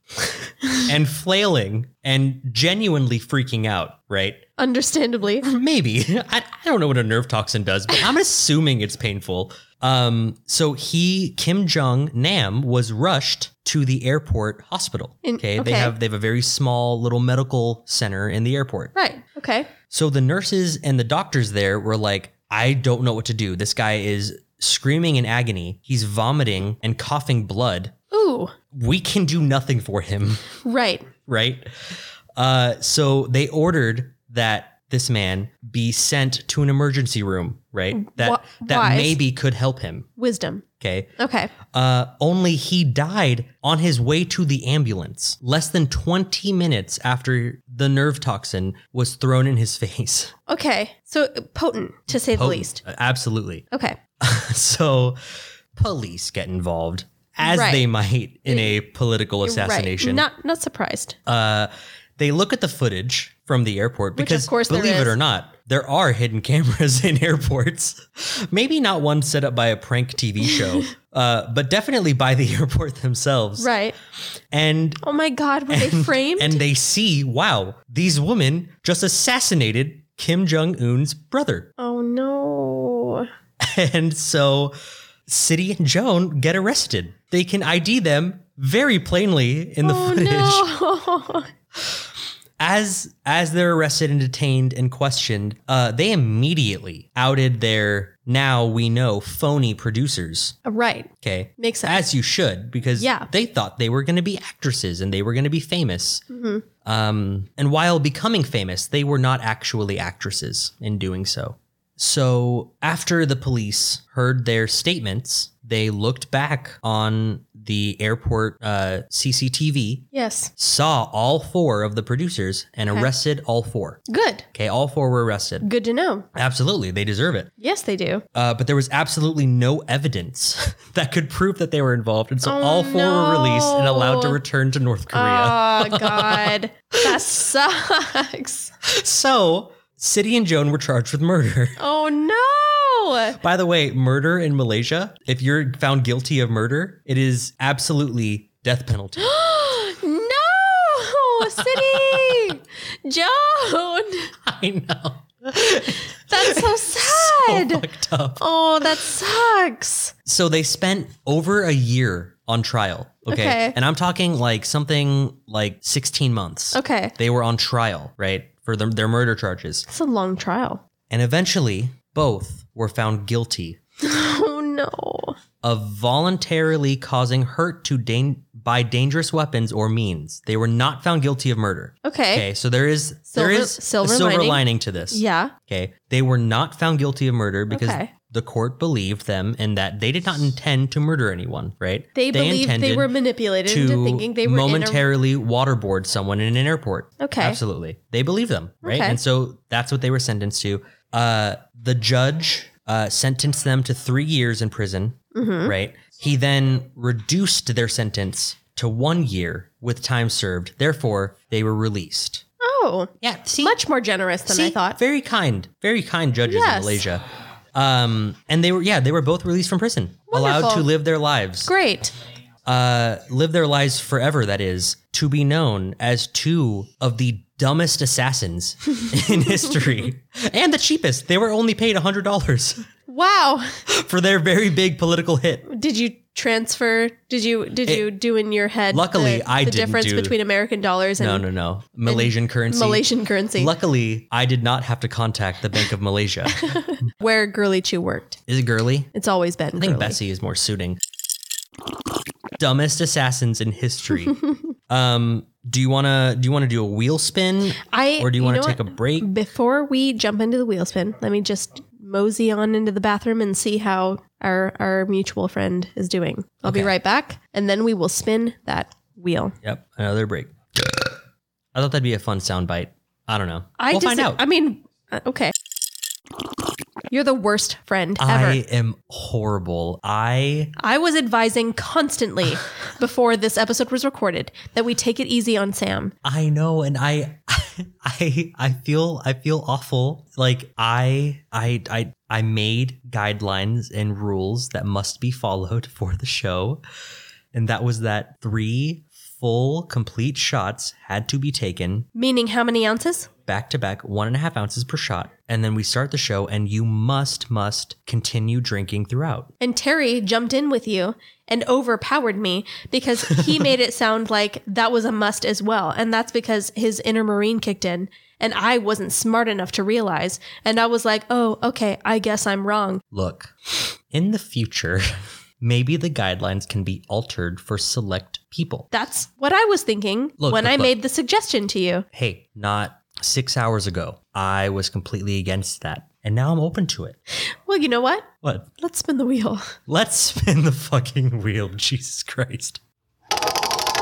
and flailing and genuinely freaking out, right? Understandably. Maybe. I, I don't know what a nerve toxin does, but I'm assuming it's painful. Um, so he, Kim Jong Nam, was rushed to the airport hospital. In- okay, okay. They have they have a very small little medical center in the airport. Right. Okay. So the nurses and the doctors there were like, I don't know what to do. This guy is screaming in agony. He's vomiting and coughing blood. Ooh. We can do nothing for him Right. right? Uh, so they ordered that this man be sent to an emergency room, right? That Wh- that wise. maybe could help him. Wisdom. Okay. Okay. Uh, only he died on his way to the ambulance, less than 20 minutes after the nerve toxin was thrown in his face. Okay. So uh, potent, to say the Potent. least. Uh, Absolutely. Okay. so police get involved as Right. they might in a political You're right. assassination. Not not surprised. uh, they look at the footage from the airport Which, of because, course, there believe it is. or not, there are hidden cameras in airports. Maybe not one set up by a prank TV show, uh, but definitely by the airport themselves. Right. And Oh my God. Were they framed? and they see, wow, these women just assassinated Kim Jong Un's brother, oh no. and so City and Joan get arrested. They can ID them very plainly in the oh footage. no. as as they're arrested and detained and questioned, uh, they immediately outed their now we know phony producers. Uh, right. Okay. Makes sense. As you should, because Yeah. they thought they were going to be actresses and they were going to be famous. Mhm. Um, and while becoming famous, they were not actually actresses in doing so. So after the police heard their statements, they looked back on the airport uh, CCTV Yes. saw all four of the producers and Okay. arrested all four. Good. Okay, all four were arrested. Good to know. Absolutely, they deserve it. Yes, they do. Uh, but there was absolutely no evidence that could prove that they were involved, and so Oh, all four were released and allowed to no. return to North Korea. Oh God. that sucks. so City and Joan were charged with murder. Oh no. By the way, murder in Malaysia, if you're found guilty of murder, it is absolutely death penalty. no. City. Joan. I know. That's So so sad. fucked up. oh, that sucks. So they spent over a year on trial. Okay. Okay. And I'm talking like something like 16 months. Okay. They were on trial, right? For their, their murder charges. It's a long trial. And eventually, both were found guilty Oh no. of voluntarily causing hurt to dan- by dangerous weapons or means. They were not found guilty of murder. Okay. Okay. So there is there Eh, Silver- is silver a silver lining. lining to this. Yeah. Okay. They were not found guilty of murder because Okay. the court believed them and that they did not intend to murder anyone, right? They, believed they intended were manipulated to into thinking they were in momentarily waterboard someone in an airport. Okay. Absolutely. They believe them, right? Okay. And so that's what they were sentenced to. Uh, the judge uh, sentenced them to three years in prison, Mm-hmm. right? He then reduced their sentence to one year with time served. Therefore, they were released. a, oh, Yeah, see, much more generous than I See? thought. Very kind, very kind judges Yes. in Malaysia. Um, and they were yeah, they were both released from prison, allowed Wonderful. to live their lives, Great. uh, live their lives forever. That is to be known as two of the dumbest assassins in history, and the cheapest. They were only paid hundred dollars Wow. for their very big political hit. Did you transfer? Did you did you do in your head? Luckily, the, I the didn't difference do- between American dollars and No, no, no, Malaysian currency. Malaysian currency, Luckily, I did not have to contact the Bank of Malaysia. where Girly Chew worked. is it girly? It's always been. I think Girly. Bessie is more suiting. Dumbest assassins in history. um, do you wanna do you wanna do a wheel spin, I or do you, wanna know take what? a break? Before we jump into the wheel spin, let me just mosey on into the bathroom and see how our our mutual friend is doing. I'll be Okay. right back, and then we will spin that wheel. Yep, another break. I thought that'd be a fun sound bite. I don't know. I we'll just, find out. I mean, uh, okay. You're the worst friend ever. I am horrible. I I was advising constantly before this episode was recorded that we take it easy on Sam. I know, and I I I feel I feel awful. Like I I I I made guidelines and rules that must be followed for the show. And that was that three full complete shots had to be taken Meaning, how many ounces? back to back, one and a half ounces per shot. And then we start the show and you must, must continue drinking throughout. And Terry jumped in with you and overpowered me because he made it sound like that was a must as well. And that's because his inner marine kicked in and I wasn't smart enough to realize. And I was like, oh, okay, I guess I'm wrong. Look, in the future, maybe the guidelines can be altered for select people. That's what I was thinking Look, when look, I look. made the suggestion to you. hey, not six hours ago, I was completely against that. And now I'm open to it. Well, you know what? What? Let's spin the wheel. Let's spin the fucking wheel, Jesus Christ.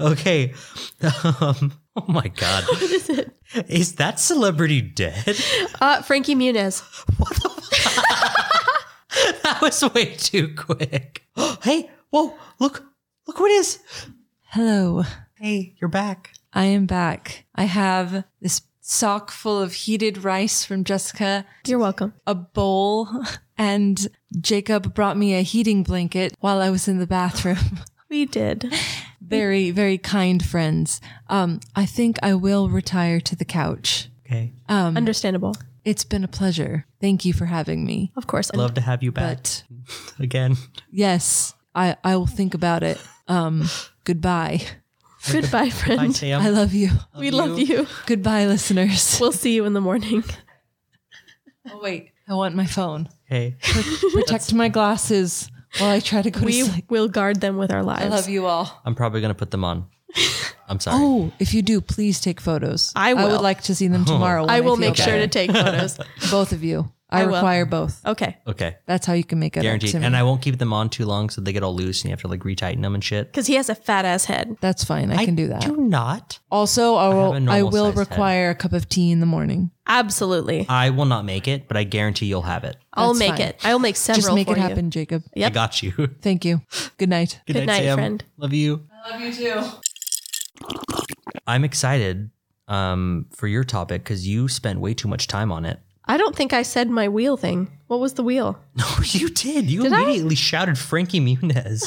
okay. Um, oh my god. What is it? Is that celebrity dead? Uh, Frankie Muniz. That was way too quick. hey, whoa, look, look what it is. Hello. Hey, you're back. I am back. I have this sock full of heated rice from Jessica, You're welcome. a bowl, and Jacob brought me a heating blanket while I was in the bathroom. We did. very, very kind friends. Um, I think I will retire to the couch. Okay. Understandable. It's been a pleasure. Thank you for having me. Of course. Love to have you back But again. yes, I, I will think about it. Um, goodbye. Goodbye, Bye, friend. Sam. I love you. We love you. Goodbye, listeners. We'll see you in the morning. Oh, wait. I want my phone. Hey. Protect my glasses while I try to go to We sleep. will guard them with our lives. I love you all. I'm probably gonna put them on. I'm sorry. Oh, if you do, please take photos. I I will. would like to see them tomorrow. when I will feel make sure to better. take photos. both of you. I, I will. require both. okay. Okay, That's how you can make it guaranteed. up to me. And I won't keep them on too long, so they get all loose, and you have to like retighten them and shit. Because he has a fat ass head. That's fine. I, can do that. Do not. Also, I have will, a I normal will sized head. require a cup of tea in the morning. Absolutely. I will not make it, but I guarantee you'll have it. I'll That's make fine. it. I'll make several Just make for it happen, you. Jacob. I Yep. got you. Good, Thank you. Good night. Good night, friend. Love you. I love you too. I'm excited um, for your topic because you spent way too much time on it. I don't think I said my wheel thing. What was the wheel? No, Oh, you did. You Did I? immediately shouted Frankie Muniz.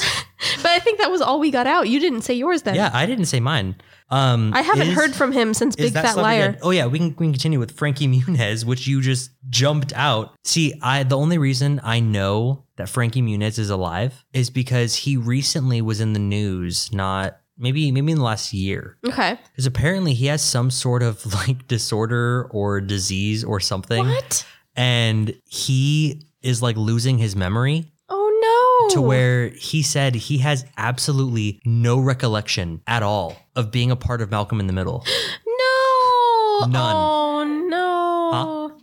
But I think that was all we got out. You didn't say yours then. yeah, I didn't say mine. Um, I haven't is- heard from him since Is Big that Fat celebrity Liar. dead? Oh yeah, we can, we can continue with Frankie Muniz, which you just jumped out. See, I the only reason I know that Frankie Muniz is alive is because he recently was in the news, not maybe maybe in the last year. Okay. Because apparently he has some sort of like disorder or disease or something. What? And he is like losing his memory Oh no. to where he said he has absolutely no recollection at all of being a part of Malcolm in the Middle. Oh,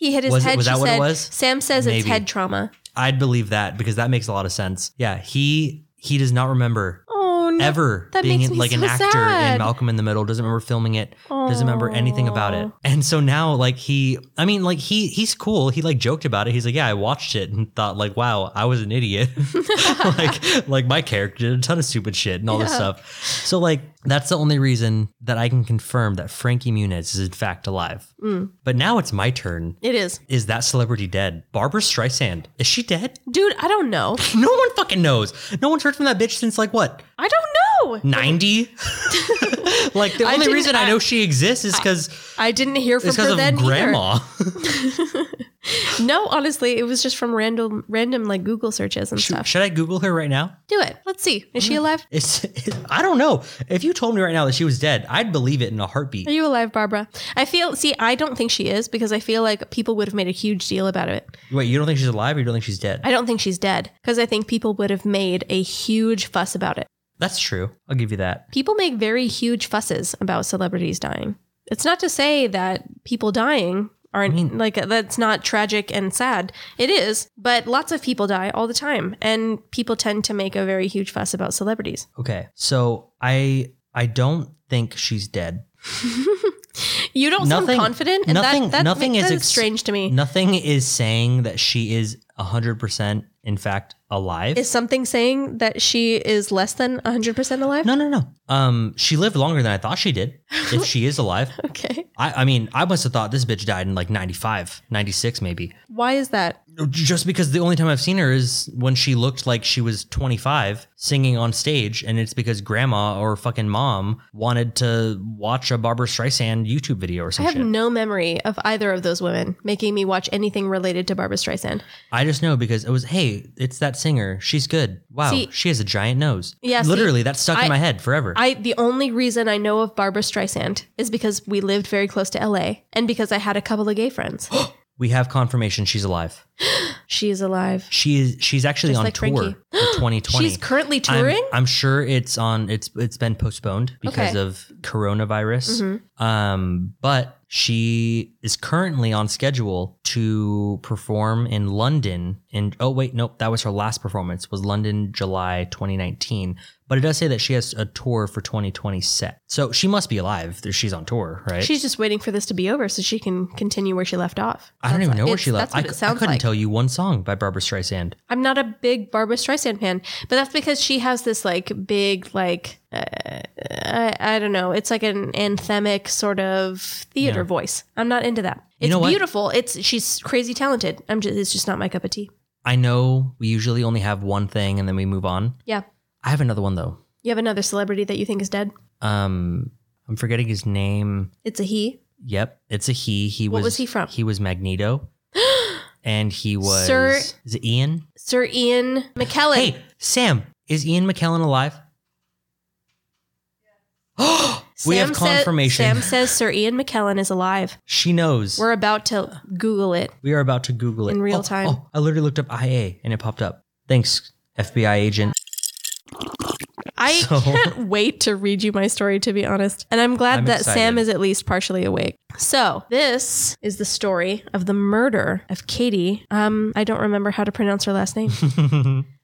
hit his Was it- head. was she that what it said, was? Sam says it's Maybe. head trauma. I'd believe that because that makes a lot of sense. Yeah, he he does not remember Oh no. ever that being makes in- me like an so actor in sad. Malcolm in the Middle. Doesn't remember filming it. Doesn't remember anything about it. And so now, like he, I mean, like he he's cool. He like joked about it. He's like, yeah, I watched it and thought like, wow, I was an idiot. like like my character did a ton of stupid shit and all this Yeah. stuff. So like that's the only reason that I can confirm that Frankie Muniz is in fact alive. Mm. But now it's my turn. It is, Is that celebrity dead? Barbara Streisand. Is she dead? dude. I don't know. No one fucking knows. No one's heard from that bitch since like what I don't know. ninety. like the I only didn't- reason I, I- know she exists is because I didn't hear from it's because her of then either. grandma. No, honestly, it was just from random, random like Google searches and stuff. Should I Google her right now? Do it. Let's see. Is she alive? It's I don't know. If you told me right now that she was dead, I'd believe it in a heartbeat. Are you alive, Barbara? I feel. See, I don't think she is because I feel like people would have made a huge deal about it. Wait, you don't think she's alive or you don't think she's dead? I don't think she's dead because I think people would have made a huge fuss about it. That's true. I'll give you that. People make very huge fusses about celebrities dying. It's not to say that people dying aren't mean- like that's not tragic and sad. It is, but lots of people die all the time, and people tend to make a very huge fuss about celebrities. Okay. So I I don't think she's dead. You don't Nothing- sound confident, and nothing- that, that nothing ma- is that ex- strange to me. Nothing is saying that she is 100% in fact alive. Is something saying that she is less than 100% alive? No, no, no. Um, she lived longer than I thought she did. If she is alive, Okay. I, I mean, I must have thought this bitch died in like 95, 96 maybe. Why is that? Just because the only time I've seen her is when she looked like she was 25 singing on stage, and it's because grandma or fucking mom wanted to watch a Barbara Streisand YouTube video or I some have shit. no memory of either of those women making me watch anything related to Barbara Streisand. I just know because it was, hey, it's that singer. She's good. Wow, See- she has a giant nose. Yeah, see, literally, that's stuck in I- my head forever. I the only reason I know of Barbara Streisand is because we lived very close to LA and because I had a couple of gay friends. we have confirmation she's alive. she is alive. She is. She's actually Just on like tour Frankie. for 2020. She's currently I'm- touring? I'm, sure it's on. It's it's been postponed because Okay. Mm-hmm. of coronavirus. Um, but she is currently on schedule to perform in London. In oh wait, nope, that was her last performance. Was London July 2019. But it does say that she has a tour for 2020 set. So she must be alive. that She's on tour, right? She's just waiting for this to be over so she can continue where she left off. I don't even know where It's- she left. That's what I, it cou- I sounds couldn't like. tell you one song by Barbara Streisand. I'm not a big Barbara Streisand fan, but that's because she has this like big like uh, I, I don't know. It's like an anthemic sort of theater Yeah. voice. I'm not into that. You It's know what? beautiful. It's she's crazy talented. I'm just it's just not my cup of tea. I know we usually only have one thing and then we move on. Yeah. I have another one though. You have another celebrity that you think is dead? Um, I'm forgetting his name. It's a he. Yep, it's a he. He What was. was he from? He was Magneto, and he was. Sir- Is it Ian? Sir Ian McKellen. Hey, Sam. Is Ian McKellen alive? we have Sam sa- confirmation. Sam says Sir Ian McKellen is alive. she knows. We're about to Google it. we are about to Google it In real Oh, time. Oh, I literally looked up IA and it popped up. Thanks, FBI agent. I So- can't wait to read you my story, to be honest. And I'm glad I'm that excited. Sam is at least partially awake. So, this is the story of the murder of Katie. Um, I don't remember how to pronounce her last name.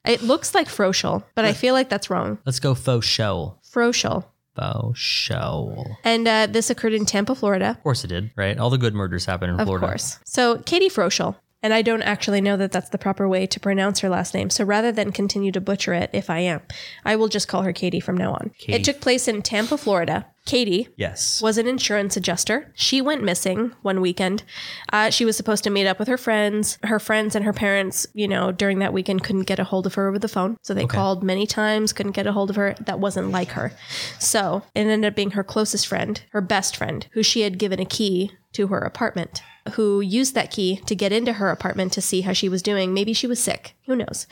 it looks like Froschel, but I feel like that's wrong. Let's go faux show. Froschel. Faux show. And uh, this occurred in Tampa, Florida. Of course it did, right? All the good murders happen in Of Florida. course. So, Katie Froschel. And I don't actually know that that's the proper way to pronounce her last name. So rather than continue to butcher it, if I am, I will just call her Katie from now on. Katie. It took place in Tampa, Florida. Katie, Yes. was an insurance adjuster. She went missing one weekend. Uh, she was supposed to meet up with her friends. Her friends and her parents, you know, during that weekend couldn't get a hold of her over the phone. So they called many times, couldn't get a hold of her. That wasn't like her. So it ended up being her closest friend, her best friend, who she had given a key to her apartment. Who used that key to get into her apartment to see how she was doing? Maybe she was sick. Who knows?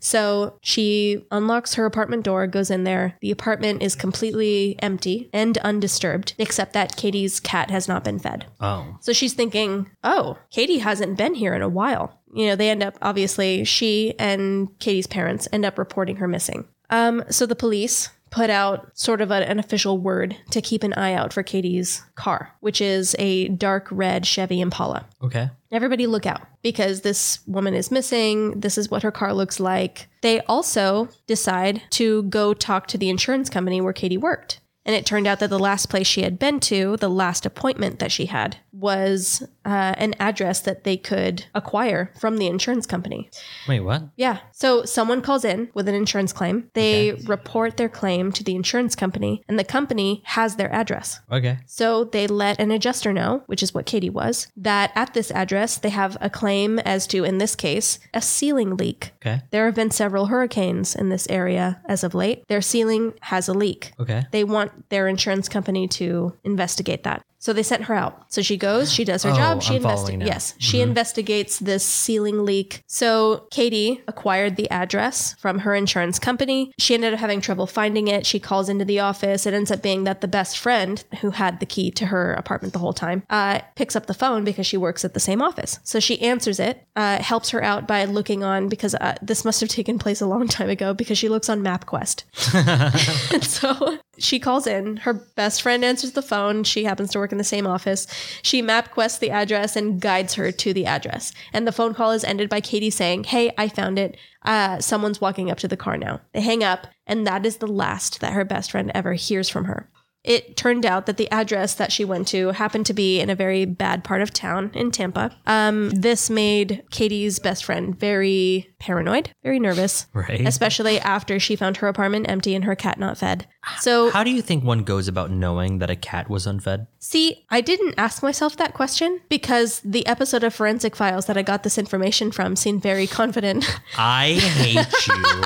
So she unlocks her apartment door, goes in there. The apartment is completely empty and undisturbed, except that Katie's cat has not been fed. Oh. So she's thinking, oh, Katie hasn't been here in a while. You know, they end up, obviously, she and Katie's parents end up reporting her missing. Um, so the police put out sort of a- an official word to keep an eye out for Katie's car, which is a dark red Chevy Impala. Okay. Everybody look out because this woman is missing. This is what her car looks like. They also decide to go talk to the insurance company where Katie worked. And it turned out that the last place she had been to, the last appointment that she had, was uh, an address that they could acquire from the insurance company. Wait, what? Yeah. So someone calls in with an insurance claim. They report their claim to the insurance company, and the company has their address. Okay. So they let an adjuster know, which is what Katie was, that at this address they have a claim as to, in this case, a ceiling leak. Okay. There have been several hurricanes in this area as of late. Their ceiling has a leak. Okay. They want their insurance company to investigate that. So they sent her out. So she goes, she does her Oh, job, she I'm following now. Mm-hmm. investigates. Yes, she investigates this ceiling leak. So Katie acquired the address from her insurance company. She ended up having trouble finding it. She calls into the office. It ends up being that the best friend who had the key to her apartment the whole time uh, picks up the phone because she works at the same office. So she answers it, uh, helps her out by looking on because uh, this must have taken place a long time ago because she looks on MapQuest. And so she calls in. Her best friend answers the phone. She happens to work in the same office. She map quests the address and guides her to the address. And the phone call is ended by Katie saying, Hey, I found it. Uh, someone's walking up to the car now. They hang up, and that is the last that her best friend ever hears from her. It turned out that the address that she went to happened to be in a very bad part of town in Tampa. Um, this made Katie's best friend very paranoid, very nervous, Right. especially after she found her apartment empty and her cat not fed. So, How do you think one goes about knowing that a cat was unfed? see, I didn't ask myself that question because the episode of Forensic Files that I got this information from seemed very confident. I hate you.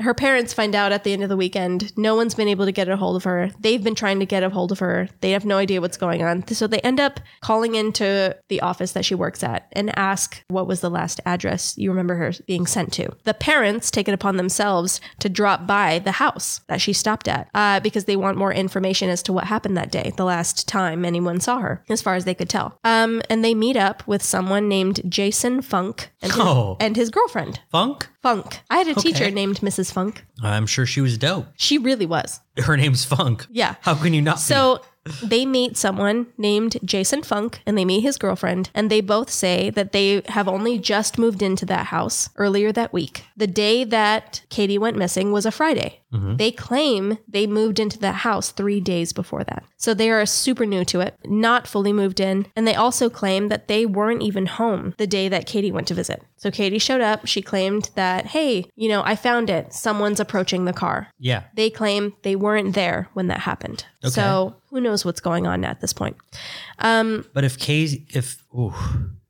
her parents find out at the end of the weekend. No one's been able to get a hold of her. They've been trying to get a hold of her. They have no idea what's going on. So they end up calling into the office that she works at and ask what was the last address you remember her being sent to. The parents take it upon themselves to drop by the house that she stopped at uh, because they want more information as to what happened that day, the last time anyone saw her, as far as they could tell. Um, and they meet up with someone named Jason Funk and his, Oh. and his girlfriend. Funk? Funk. I had a teacher Okay. named Mrs. Funk. I'm sure she was dope. She really was. Her name's Funk. Yeah. How can you not? So they meet someone named Jason Funk and they meet his girlfriend, and they both say that they have only just moved into that house earlier that week. The day that Katie went missing was a Friday. They claim they moved into that house three days before that. So they are super new to it, not fully moved in, and they also claim that they weren't even home the day that Katie went to visit. So Katie showed up. She claimed that, hey, you know, I found it. Someone's approaching the car be? Yeah. they claim they weren't there when that happened. So who knows what's going on at this point? But if Katie, if ooh,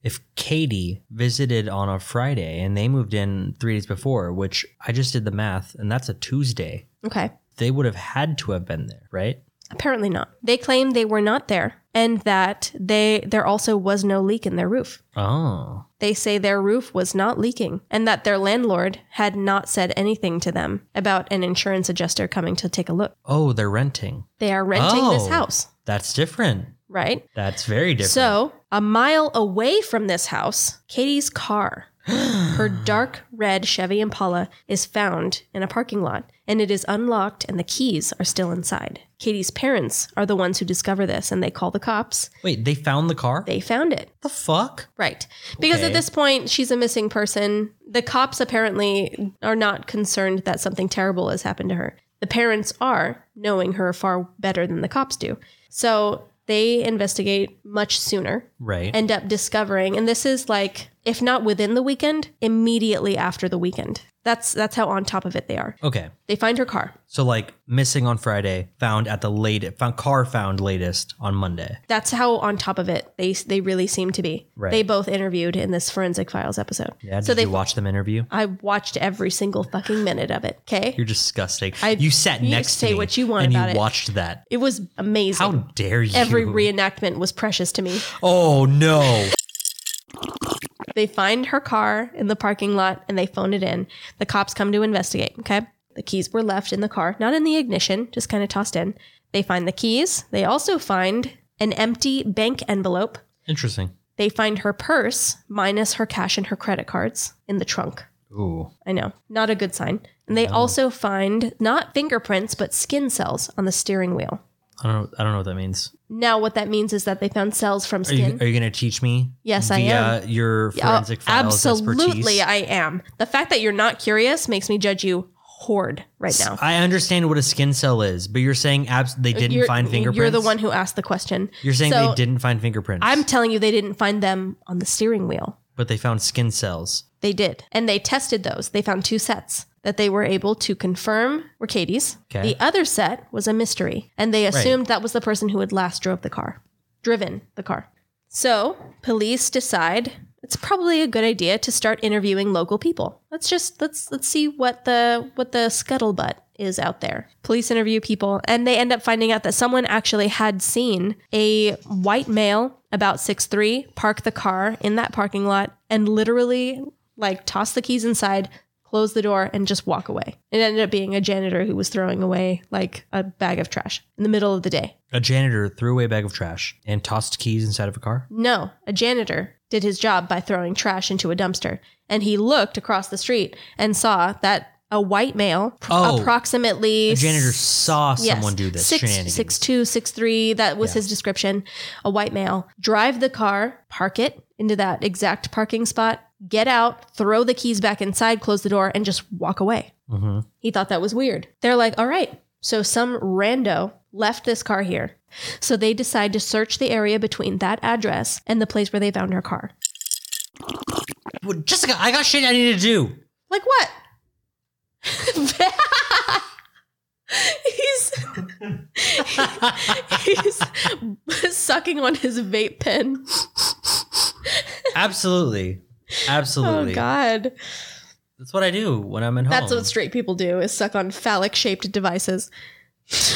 if Katie visited on a Friday and they moved in three days before, which I just did the math, and that's a Tuesday, Okay. they would have had to have been there, right? Apparently not. They claim they were not there and that they there also was no leak in their roof. Oh, They say their roof was not leaking and that their landlord had not said anything to them about an insurance adjuster coming to take a look. oh, they're renting. They are renting this Oh. house, That's different. right? That's very different. So, a mile away from this house, Katie's car, her dark red Chevy Impala, is found in a parking lot and it is unlocked and the keys are still inside. Katie's parents are the ones who discover this and they call the cops. wait, they found the car. They found it. the fuck? Right. Because Okay. at this point, she's a missing person. The cops apparently are not concerned that something terrible has happened to her. The parents are, knowing her far better than the cops do. So they investigate much sooner Right. end up discovering and this is like if not within the weekend immediately after the weekend that's that's how on top of it they are okay. they find her car So like missing on Friday, found at the late, found car found latest on Monday. that's how on top of it they they really seem to be Right. they both interviewed in this forensic files episode Yeah. Did so they you watch them interview? i watched every single fucking minute of it okay You're disgusting. I- you sat you next say to me what you want and about you it. watched that. it was amazing How dare you? every reenactment was precious to me Oh no. They find her car in the parking lot and they phone it in. The cops come to investigate. Okay. The keys were left in the car, not in the ignition, just kind of tossed in. They find the keys. They also find an empty bank envelope. Interesting. They find her purse minus her cash and her credit cards in the trunk. Ooh. I know, not a good sign. And they also find not fingerprints, but skin cells on the steering wheel. I don't. I don't know what that means. Now, what that means is that they found cells from Are you, skin. are you going to teach me? Yes, I via Your Oh, forensic files absolutely, expertise. I am. The fact that you're not curious makes me judge you horde right now. I understand what a skin cell is, but you're saying abs- they didn't Uh, You're- find fingerprints. You're the one who asked the question. You're saying So, they didn't find fingerprints. I'm telling you, they didn't find them on the steering wheel. but they found skin cells. They did. And they tested those. They found two sets that they were able to confirm were Katie's. Okay. The other set was a mystery. And they assumed that was the person who had last drove the car, driven the car. So police decide it's probably a good idea to start interviewing local people. Let's just let's let's see what the what the scuttlebutt is out there. Police interview people and they end up finding out that someone actually had seen a white male about 6'3 park the car in that parking lot and literally like toss the keys inside, close the door, and just walk away. It ended up being a janitor who was throwing away like a bag of trash in the middle of the day. A janitor threw away a bag of trash and tossed keys inside of a car. No, a janitor did his job by throwing trash into a dumpster. And he looked across the street and saw that a white male, pr- Oh, approximately A janitor s- saw someone do this six, shenanigans. Six two, six three. That was his description. A white male drive the car, park it into that exact parking spot, get out, throw the keys back inside, close the door, and just walk away. Mhm. He thought that was weird. They're like, all right, so some rando left this car here. So they decide to search the area between that address and the place where they found her car. Well, Jessica, I got shit I need to do. Like what? he's he's sucking on his vape pen. Absolutely. Oh Absolutely. Oh. god. That's what I do when I'm at home. That's what straight people do is suck on phallic shaped devices.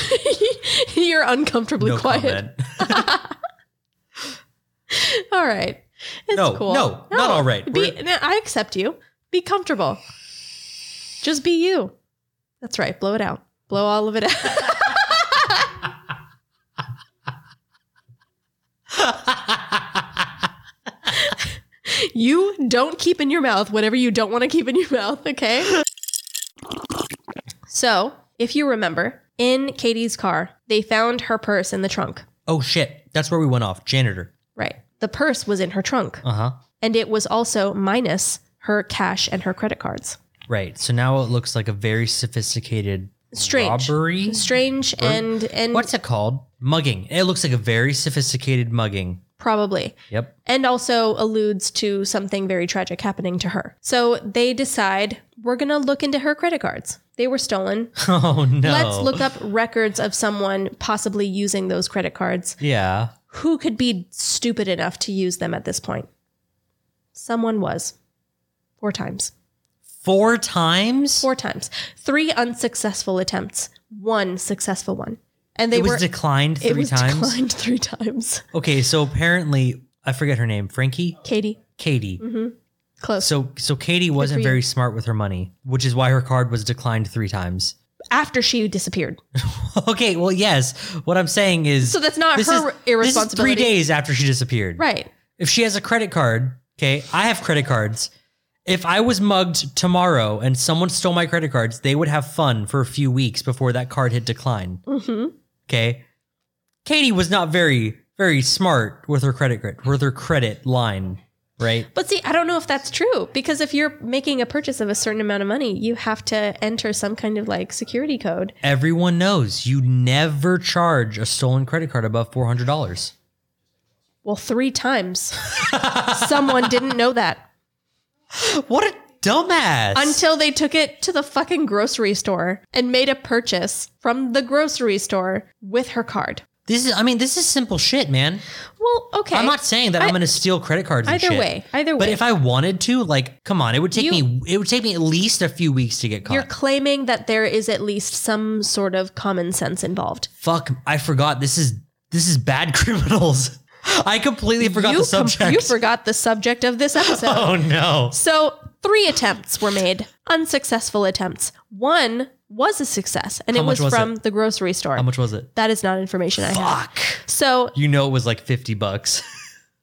You're uncomfortably no quiet. comment. All right. It's No, cool. no, not all right. Be, We're- no, I accept you. Be comfortable. Just be you. That's right. Blow it out. Blow all of it out. you don't keep in your mouth whatever you don't want to keep in your mouth, okay? So, if you remember, in Katie's car, they found her purse in the trunk. oh shit. That's where we went off. Janitor. Right. The purse was in her trunk. Uh-huh. and it was also minus her cash and her credit cards. Right. So now it looks like a very sophisticated Strange. robbery. Strange and and What's it called? Mugging. It looks like a very sophisticated mugging. probably Yep. and also alludes to something very tragic happening to her. So they decide we're going to look into her credit cards. They were stolen. Oh no. Let's look up records of someone possibly using those credit cards. Yeah. Who could be stupid enough to use them at this point? Someone was. Four times. Four times? Four times. Three unsuccessful attempts, one successful one. And they it was were declined three it was times. declined three times. Okay, so apparently I forget her name. Frankie? Katie, Katie. Mm-hmm. close. So so Katie wasn't you. very smart with her money, which is why her card was declined three times. After she disappeared, Okay, well yes. What I'm saying is so that's not this her is- irresponsibility. This is three days after she disappeared. right? If she has a credit card, okay, I have credit cards. If I was mugged tomorrow and someone stole my credit cards, they would have fun for a few weeks before that card hit decline. Okay. Katie was not very, very smart with her credit card, with her credit line, right? But see, I don't know if that's true because if you're making a purchase of a certain amount of money, you have to enter some kind of like security code. Everyone knows you never charge a stolen credit card above four hundred dollars. Well, three times, someone didn't know that What a dumbass! until they took it to the fucking grocery store and made a purchase from the grocery store with her card. this is, I mean, this is simple shit, man. Well, okay. I'm not saying that I, am going to steal credit cards. and Either shit. way, either But way. if I wanted to, like, come on, it would take You- me. It would take me at least a few weeks to get caught. You're claiming that there is at least some sort of common sense involved. Fuck, I forgot. This is this is bad criminals. I completely forgot you, the com- subject. you forgot the subject of this episode. oh no! So, three attempts were made, unsuccessful attempts. One was a success, and How it much was, was from the grocery store. How much was it? That is not information I have. Fuck. So, You know it was like fifty bucks.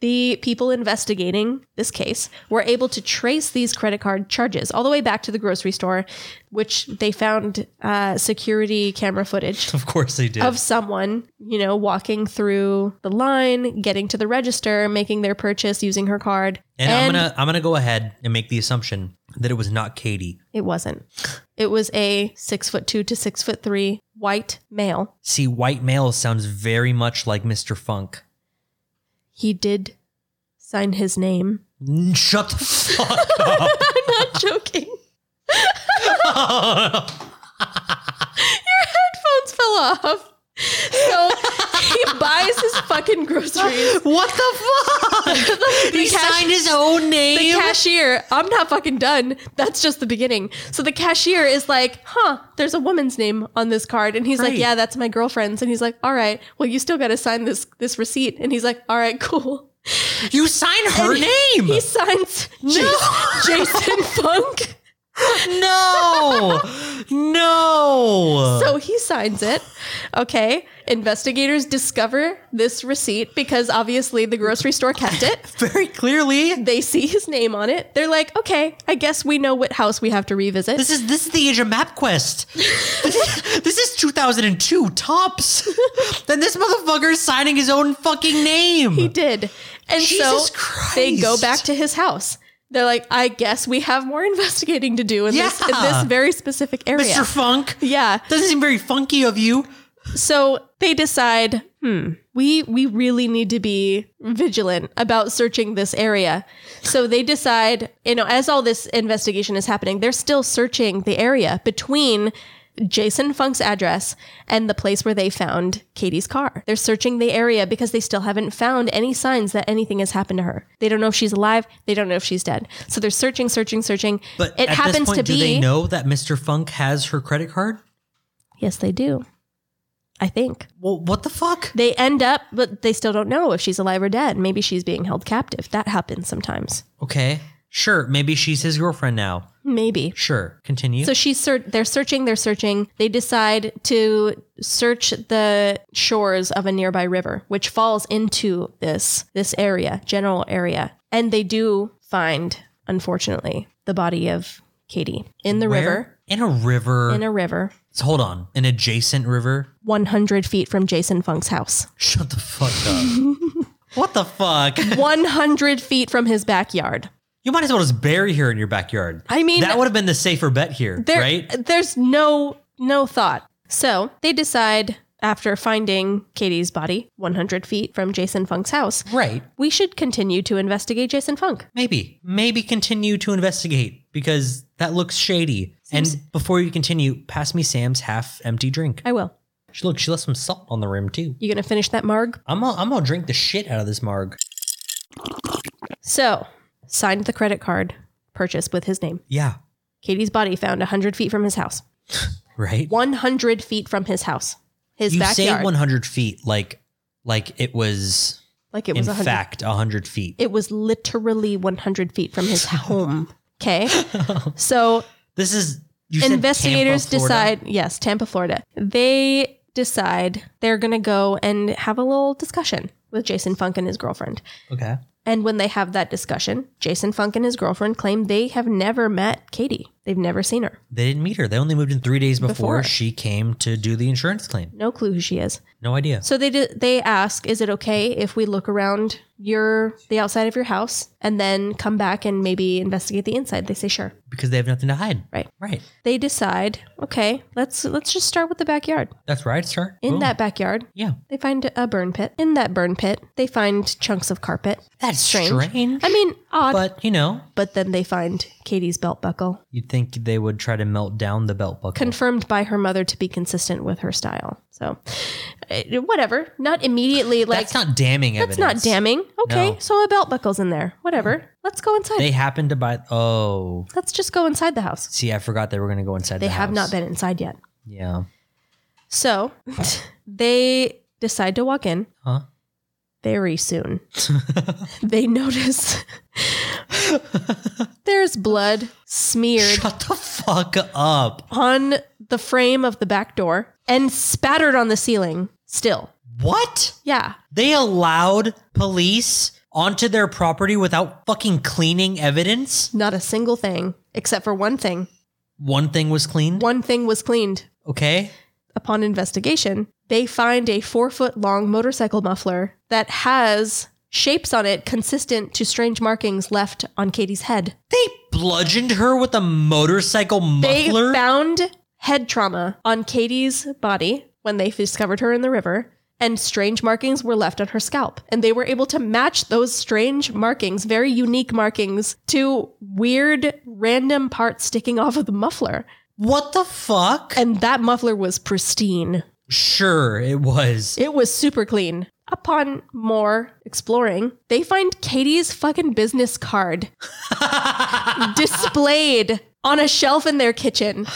the people investigating this case were able to trace these credit card charges all the way back to the grocery store, which they found uh, security camera footage Of course they did. of someone, you know, walking through the line, getting to the register, making their purchase using her card. and I'm gonna I'm gonna go ahead and make the assumption that it was not Katie. it wasn't. It was a six foot two to six foot three white male. See, white male sounds very much like Mr. Funk. He did sign his name. N- Shut the fuck I'm not joking. up. Headphones fell off. So he buys his fucking groceries. what the fuck? he cash- signed his own name. The cashier, I'm not fucking done. That's just the beginning. So the cashier is like, huh, there's a woman's name on this card. And he's Right. like, yeah, that's my girlfriend's. And he's like, all right, well, you still got to sign this, this receipt. And he's like, all right, cool. you signed her And name. He signs Jas- Jason Funk. No, no. So he signs it. Okay. Investigators discover this receipt because obviously the grocery store kept it. very clearly, They see his name on it. They're like, okay, I guess we know what house we have to revisit. this is this is the age of MapQuest. this, this is 2002 tops. then this motherfucker's signing his own fucking name. He did. And Jesus so they go Christ. back to his house. They're like, I guess we have more investigating to do in, this, in Yeah. this very specific area. Mr. Funk. yeah. Doesn't seem very funky of you. So they decide, hmm, we we really need to be vigilant about searching this area. So they decide, you know, as all this investigation is happening, they're still searching the area between Jason Funk's address and the place where they found Katie's car. They're searching the area because they still haven't found any signs that anything has happened to her. They don't know if she's alive, they don't know if she's dead. So they're searching, searching, searching. But it at happens this point, to do be they know that Mr. Funk has her credit card? Yes, they do. I think. Well, what the fuck? they end up, but they still don't know if she's alive or dead. Maybe she's being held captive. That happens sometimes. Okay, sure. Maybe she's his girlfriend now. Maybe. Sure. Continue. So she's ser- they're searching, they're searching. They decide to search the shores of a nearby river, which falls into this this area, general area. And they do find, unfortunately, the body of Katie in the Where? river. In a river. In a river, So hold on. An adjacent river. 100 feet from Jason Funk's house, Shut the fuck up. what the fuck? 100 feet from his backyard. You might as well just bury her in your backyard. I mean, that would have been the safer bet here, There, right? There's no no thought. So they decide after finding Katie's body 100 feet from Jason Funk's house, Right. we should continue to investigate Jason Funk. Maybe. Maybe continue to investigate because that looks shady. and before you continue, pass me Sam's half empty drink. I will. She look, she left some salt on the rim too. You gonna finish that marg? I'm gonna, I'm gonna drink the shit out of this marg. So signed the credit card purchase with his name. Yeah. Katie's body found 100 feet from his house. Right. 100 feet from his house. His you backyard. say 100 feet like like it was, like it was in 100. fact 100 feet. It was literally 100 feet from his home. Okay. So this is you said investigators Tampa, Florida? decide yes tampa florida they decide they're going to go and have a little discussion with jason funk and his girlfriend Okay. and when they have that discussion jason funk and his girlfriend claim they have never met katie they've never seen her They didn't meet her. They only moved in three days before, Before. she came to do the insurance claim. no clue who she is No idea. so they do, they ask is it okay if we look around your the outside of your house and then come back and maybe investigate the inside they say sure Because they have nothing to hide. Right. Right. they decide okay let's let's just start with the backyard That's right, sir. in Boom. that backyard Yeah. They find a burn pit. In that burn pit, they find chunks of carpet. That's strange. I mean, odd. But, but you know, then they find Katie's belt buckle, you'd think they would try to melt down the belt buckle. confirmed by her mother to be consistent with her style. So, eh, whatever. Not immediately like that's not damning that's evidence. not damning. Okay, No. so a belt buckle's in there. Whatever. Let's go inside. They happened to buy. Oh, Let's just go inside the house. see, I forgot they were going to go inside. They the have house. not been inside yet. Yeah. So, they decide to walk in. Huh? very soon. they notice there's blood smeared Shut the fuck up. on the frame of the back door and spattered on the ceiling still. What? Yeah. They allowed police onto their property without fucking cleaning evidence? Not a single thing, except for one thing. One thing was cleaned. One thing was cleaned. Okay. Upon investigation, they find a four foot long motorcycle muffler that has shapes on it consistent to strange markings left on Katie's head. They bludgeoned her with a motorcycle They muffler. found head trauma on Katie's body when they discovered her in the river, and strange markings were left on her scalp. And they were able to match those strange markings, very unique markings, to weird random parts sticking off of the muffler. what the fuck? And that muffler was pristine. sure, it was. It was super clean. Upon more exploring, they find Katie's fucking business card displayed on a shelf in their kitchen.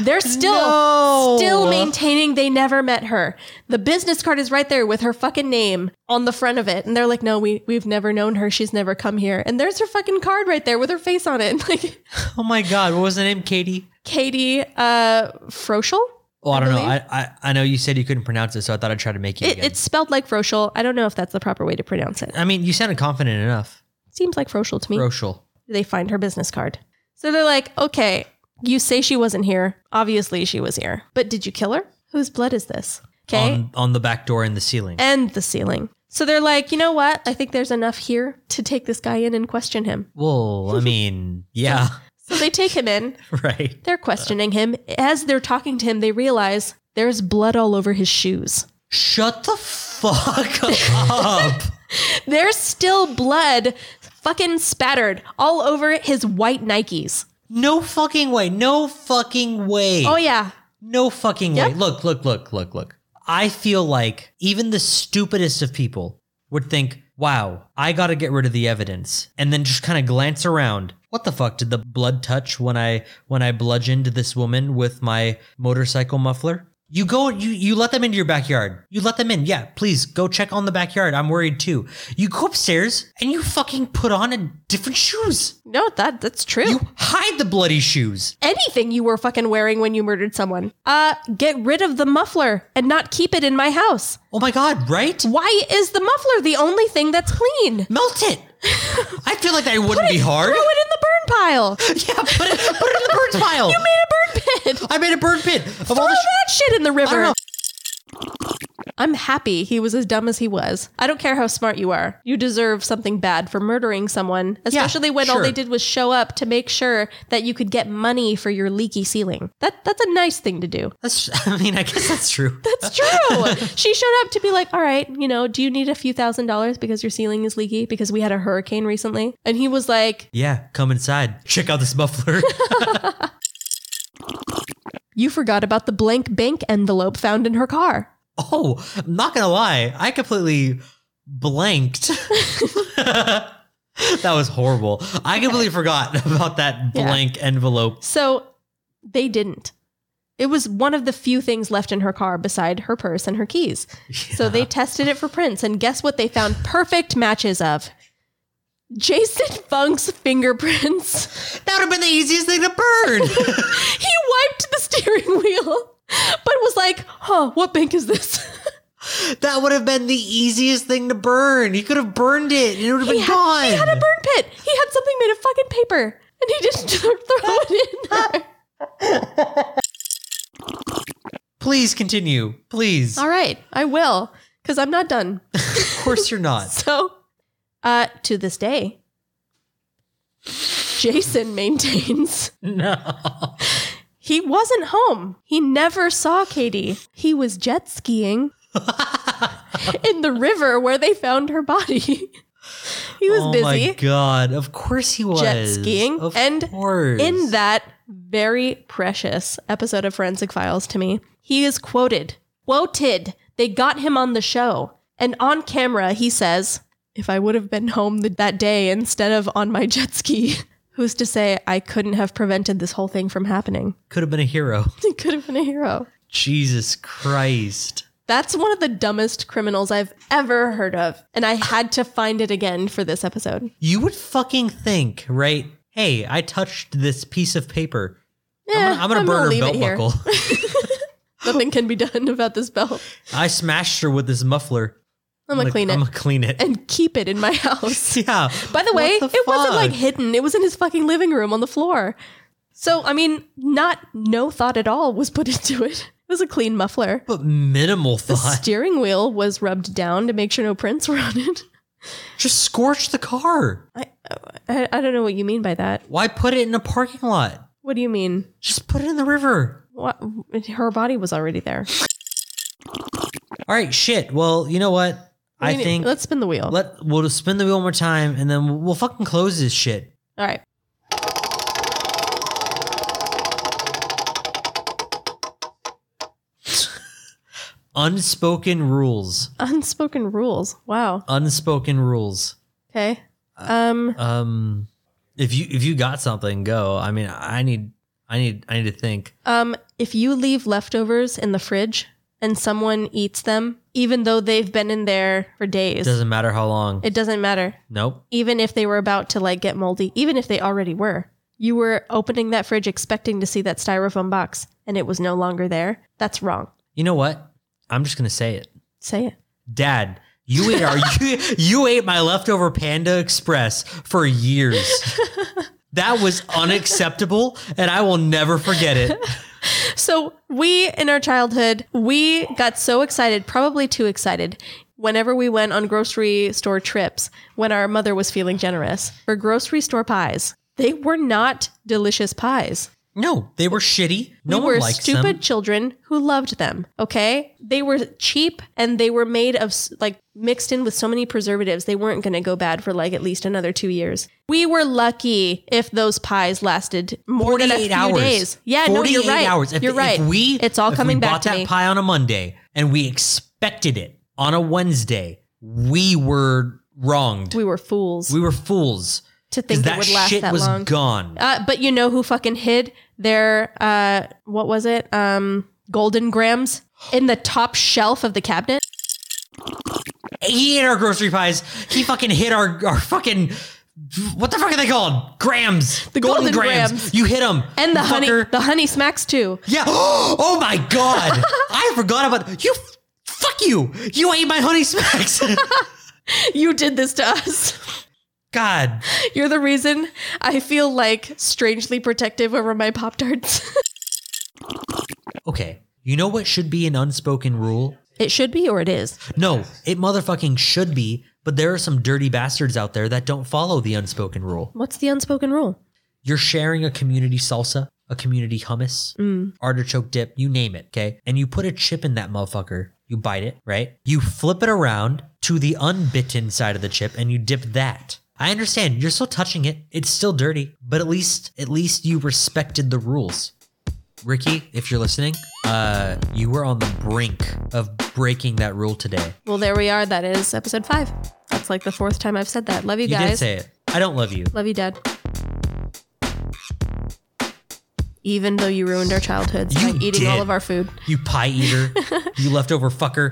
They're still still maintaining they never met her. The business card is right there with her fucking name on the front of it. And they're like, "No, we we've never known her. She's never come here." And there's her fucking card right there with her face on it. Like oh my god, what was the name, Katie? Katie uh Froschel? Oh, I don't know. believe- I, I I know you said you couldn't pronounce it, so I thought I'd try to make you. It, again. it's spelled like Froschel. I don't know if that's the proper way to pronounce it. I mean, you sounded confident enough. Seems like Froschel to me. Rochel. they find her business card. So they're like, okay, you say she wasn't here. Obviously, she was here. But did you kill her? Whose blood is this? Okay. On, on the back door in the ceiling. and the ceiling. So they're like, you know what? I think there's enough here to take this guy in and question him. Well, I mean, yeah, So they take him in. right. They're questioning him. As they're talking to him, they realize there's blood all over his shoes. Shut the fuck up. There's still blood fucking spattered all over his white Nikes. no fucking way. No fucking way. Oh, yeah. No fucking way. Yep. Look, look, look, look, look. I feel like even the stupidest of people would think, wow, I gotta get rid of the evidence. And then just kind of glance around. What the fuck did the blood touch when I when I bludgeoned this woman with my motorcycle muffler? You go you you let them into your backyard. You let them in. Yeah, please go check on the backyard. I'm worried too. You go upstairs and you fucking put on a different shoes. No, that that's true. You hide the bloody shoes. anything you were fucking wearing when you murdered someone. Uh, get rid of the muffler and not keep it in my house. Oh my god, right? Why is the muffler the only thing that's clean? Melt it. I feel like that wouldn't be hard. Throw it in the burn pile. Yeah, put it, put it in the burn pile. You made Burn pit. I made a burn pit of Throw all the. Sh- that shit in the I don't river. know. I'm happy he was as dumb as he was. I don't care how smart you are. You deserve something bad for murdering someone, especially when all sure. they did was show up to make sure that you could get money for your leaky ceiling. That that's a nice thing to do. That's, I mean, I guess that's true. It's true. she showed up to be like, all right, you know, do you need a few thousand dollars because your ceiling is leaky? Because we had a hurricane recently. And he was like, Yeah, come inside. Check out this muffler. you forgot about the blank bank envelope found in her car. oh, I'm not gonna lie, I completely blanked. that was horrible. I completely forgot about that Yeah. blank envelope. So they didn't. It was one of the few things left in her car beside her purse and her keys. So they tested it for prints. And guess what they found perfect matches of? Jason Funk's fingerprints. That would have been the easiest thing to burn. He wiped the steering wheel, but was like, huh, what bank is this? that would have been the easiest thing to burn. He could have burned it, and it would have been gone. He had a burn pit. He had something made of fucking paper, and he didn't throw it in there. Please continue. Please. All right, I will, because I'm not done. Of course you're not. So, uh, to this day, Jason maintains No. he wasn't home. He never saw Katie. He was jet skiing in the river where they found her body. he was oh my busy. god. Of course he was. skiing Of and course. in that very precious episode of Forensic Files to me, he is quoted, quoted. They got him on the show. And on camera, he says, If I would have been home th- that day instead of on my jet ski, who's to say I couldn't have prevented this whole thing from happening? could have been a hero. He could have been a hero. Jesus Christ. That's one of the dumbest criminals I've ever heard of. And I had to find it again for this episode. You would fucking think, right? Hey, I touched this piece of paper. Yeah, I'm gonna, I'm gonna burn Eh, leave her belt it here. buckle. Nothing can be done about this belt. I smashed her with this muffler. I'm gonna clean it I'm gonna clean it. and keep it in my house. yeah. By the What way, it wasn't fuck? like hidden. It was in his fucking living room on the floor. So, I mean, not no thought at all was put into it. It was a clean muffler. but minimal The thought. steering wheel was rubbed down to make sure no prints were on it. Just scorch the car. I, I, I don't know what you mean by that. Why put it in a parking lot? What do you mean? Just put it in the river. What? Her body was already there. All right, shit. Well, you know what? I We- think Let's spin the wheel. let we'll just spin the wheel one more time, and then we'll, we'll fucking close this shit. all right. Unspoken rules. Unspoken rules. Wow. Unspoken rules. Okay. Um. Um, if you if you got something, go. I mean, I need I need I need to think. Um, if you leave leftovers in the fridge and someone eats them, even though they've been in there for It days, doesn't matter how long. it doesn't matter. nope. Even if they were about to like get moldy, even if they already were, you were opening that fridge expecting to see that styrofoam box and it was no longer there. That's wrong. You know what? I'm just gonna say it. Say it. Dad, you ate our you, you ate my leftover Panda Express for years. that was unacceptable, and I will never forget it. So we in our childhood, we got so excited, probably too excited, whenever we went on grocery store trips when our mother was feeling generous for grocery store pies. They were not delicious pies. No, they were shitty. No we one were likes stupid them. children who loved them. Okay, they were cheap and they were made of s- like mixed in with so many preservatives. They weren't going to go bad for like at least another two years. We were lucky if those pies lasted more than a 48 few hours. days. Yeah, no, you're 48 right. Hours. If, you're right. If we, it's all if coming we back bought to that me. pie on a Monday and we expected it on a Wednesday, we were wronged. We, we were fools were fools. to 'Cause think that it would last shit that was long. gone. Uh, but you know who fucking hid their uh, what was it? Um, golden grams in the top shelf of the cabinet. He ate our grocery pies. He fucking hit our, our fucking. What the fuck are they called? Grams. The golden grams. You hit them. And the honey, the honey smacks too. Yeah. Oh my god. I forgot about you. Fuck you. You ate my honey smacks. You did this to us. god. You're the reason I feel like strangely protective over my Pop Tarts. Okay. You know what should be an unspoken rule? it should be or it is. No, it motherfucking should be, but there are some dirty bastards out there that don't follow the unspoken rule. What's the unspoken rule? You're sharing a community salsa, a community hummus, Mm. artichoke dip, you name it, okay? And you put a chip in that motherfucker. You bite it, right? You flip it around to the unbitten side of the chip and you dip that. I understand. You're still touching it. It's still dirty, but at least at least you respected the rules. Ricky, if you're listening, uh you were on the brink of breaking that rule today. Well, there we are. That is episode five. That's like the fourth time I've said that. Love you, You did guys. say it. I don't love you. Love you, Dad. Even though you ruined our childhoods by You eating did. all of our food. You pie eater. you leftover fucker.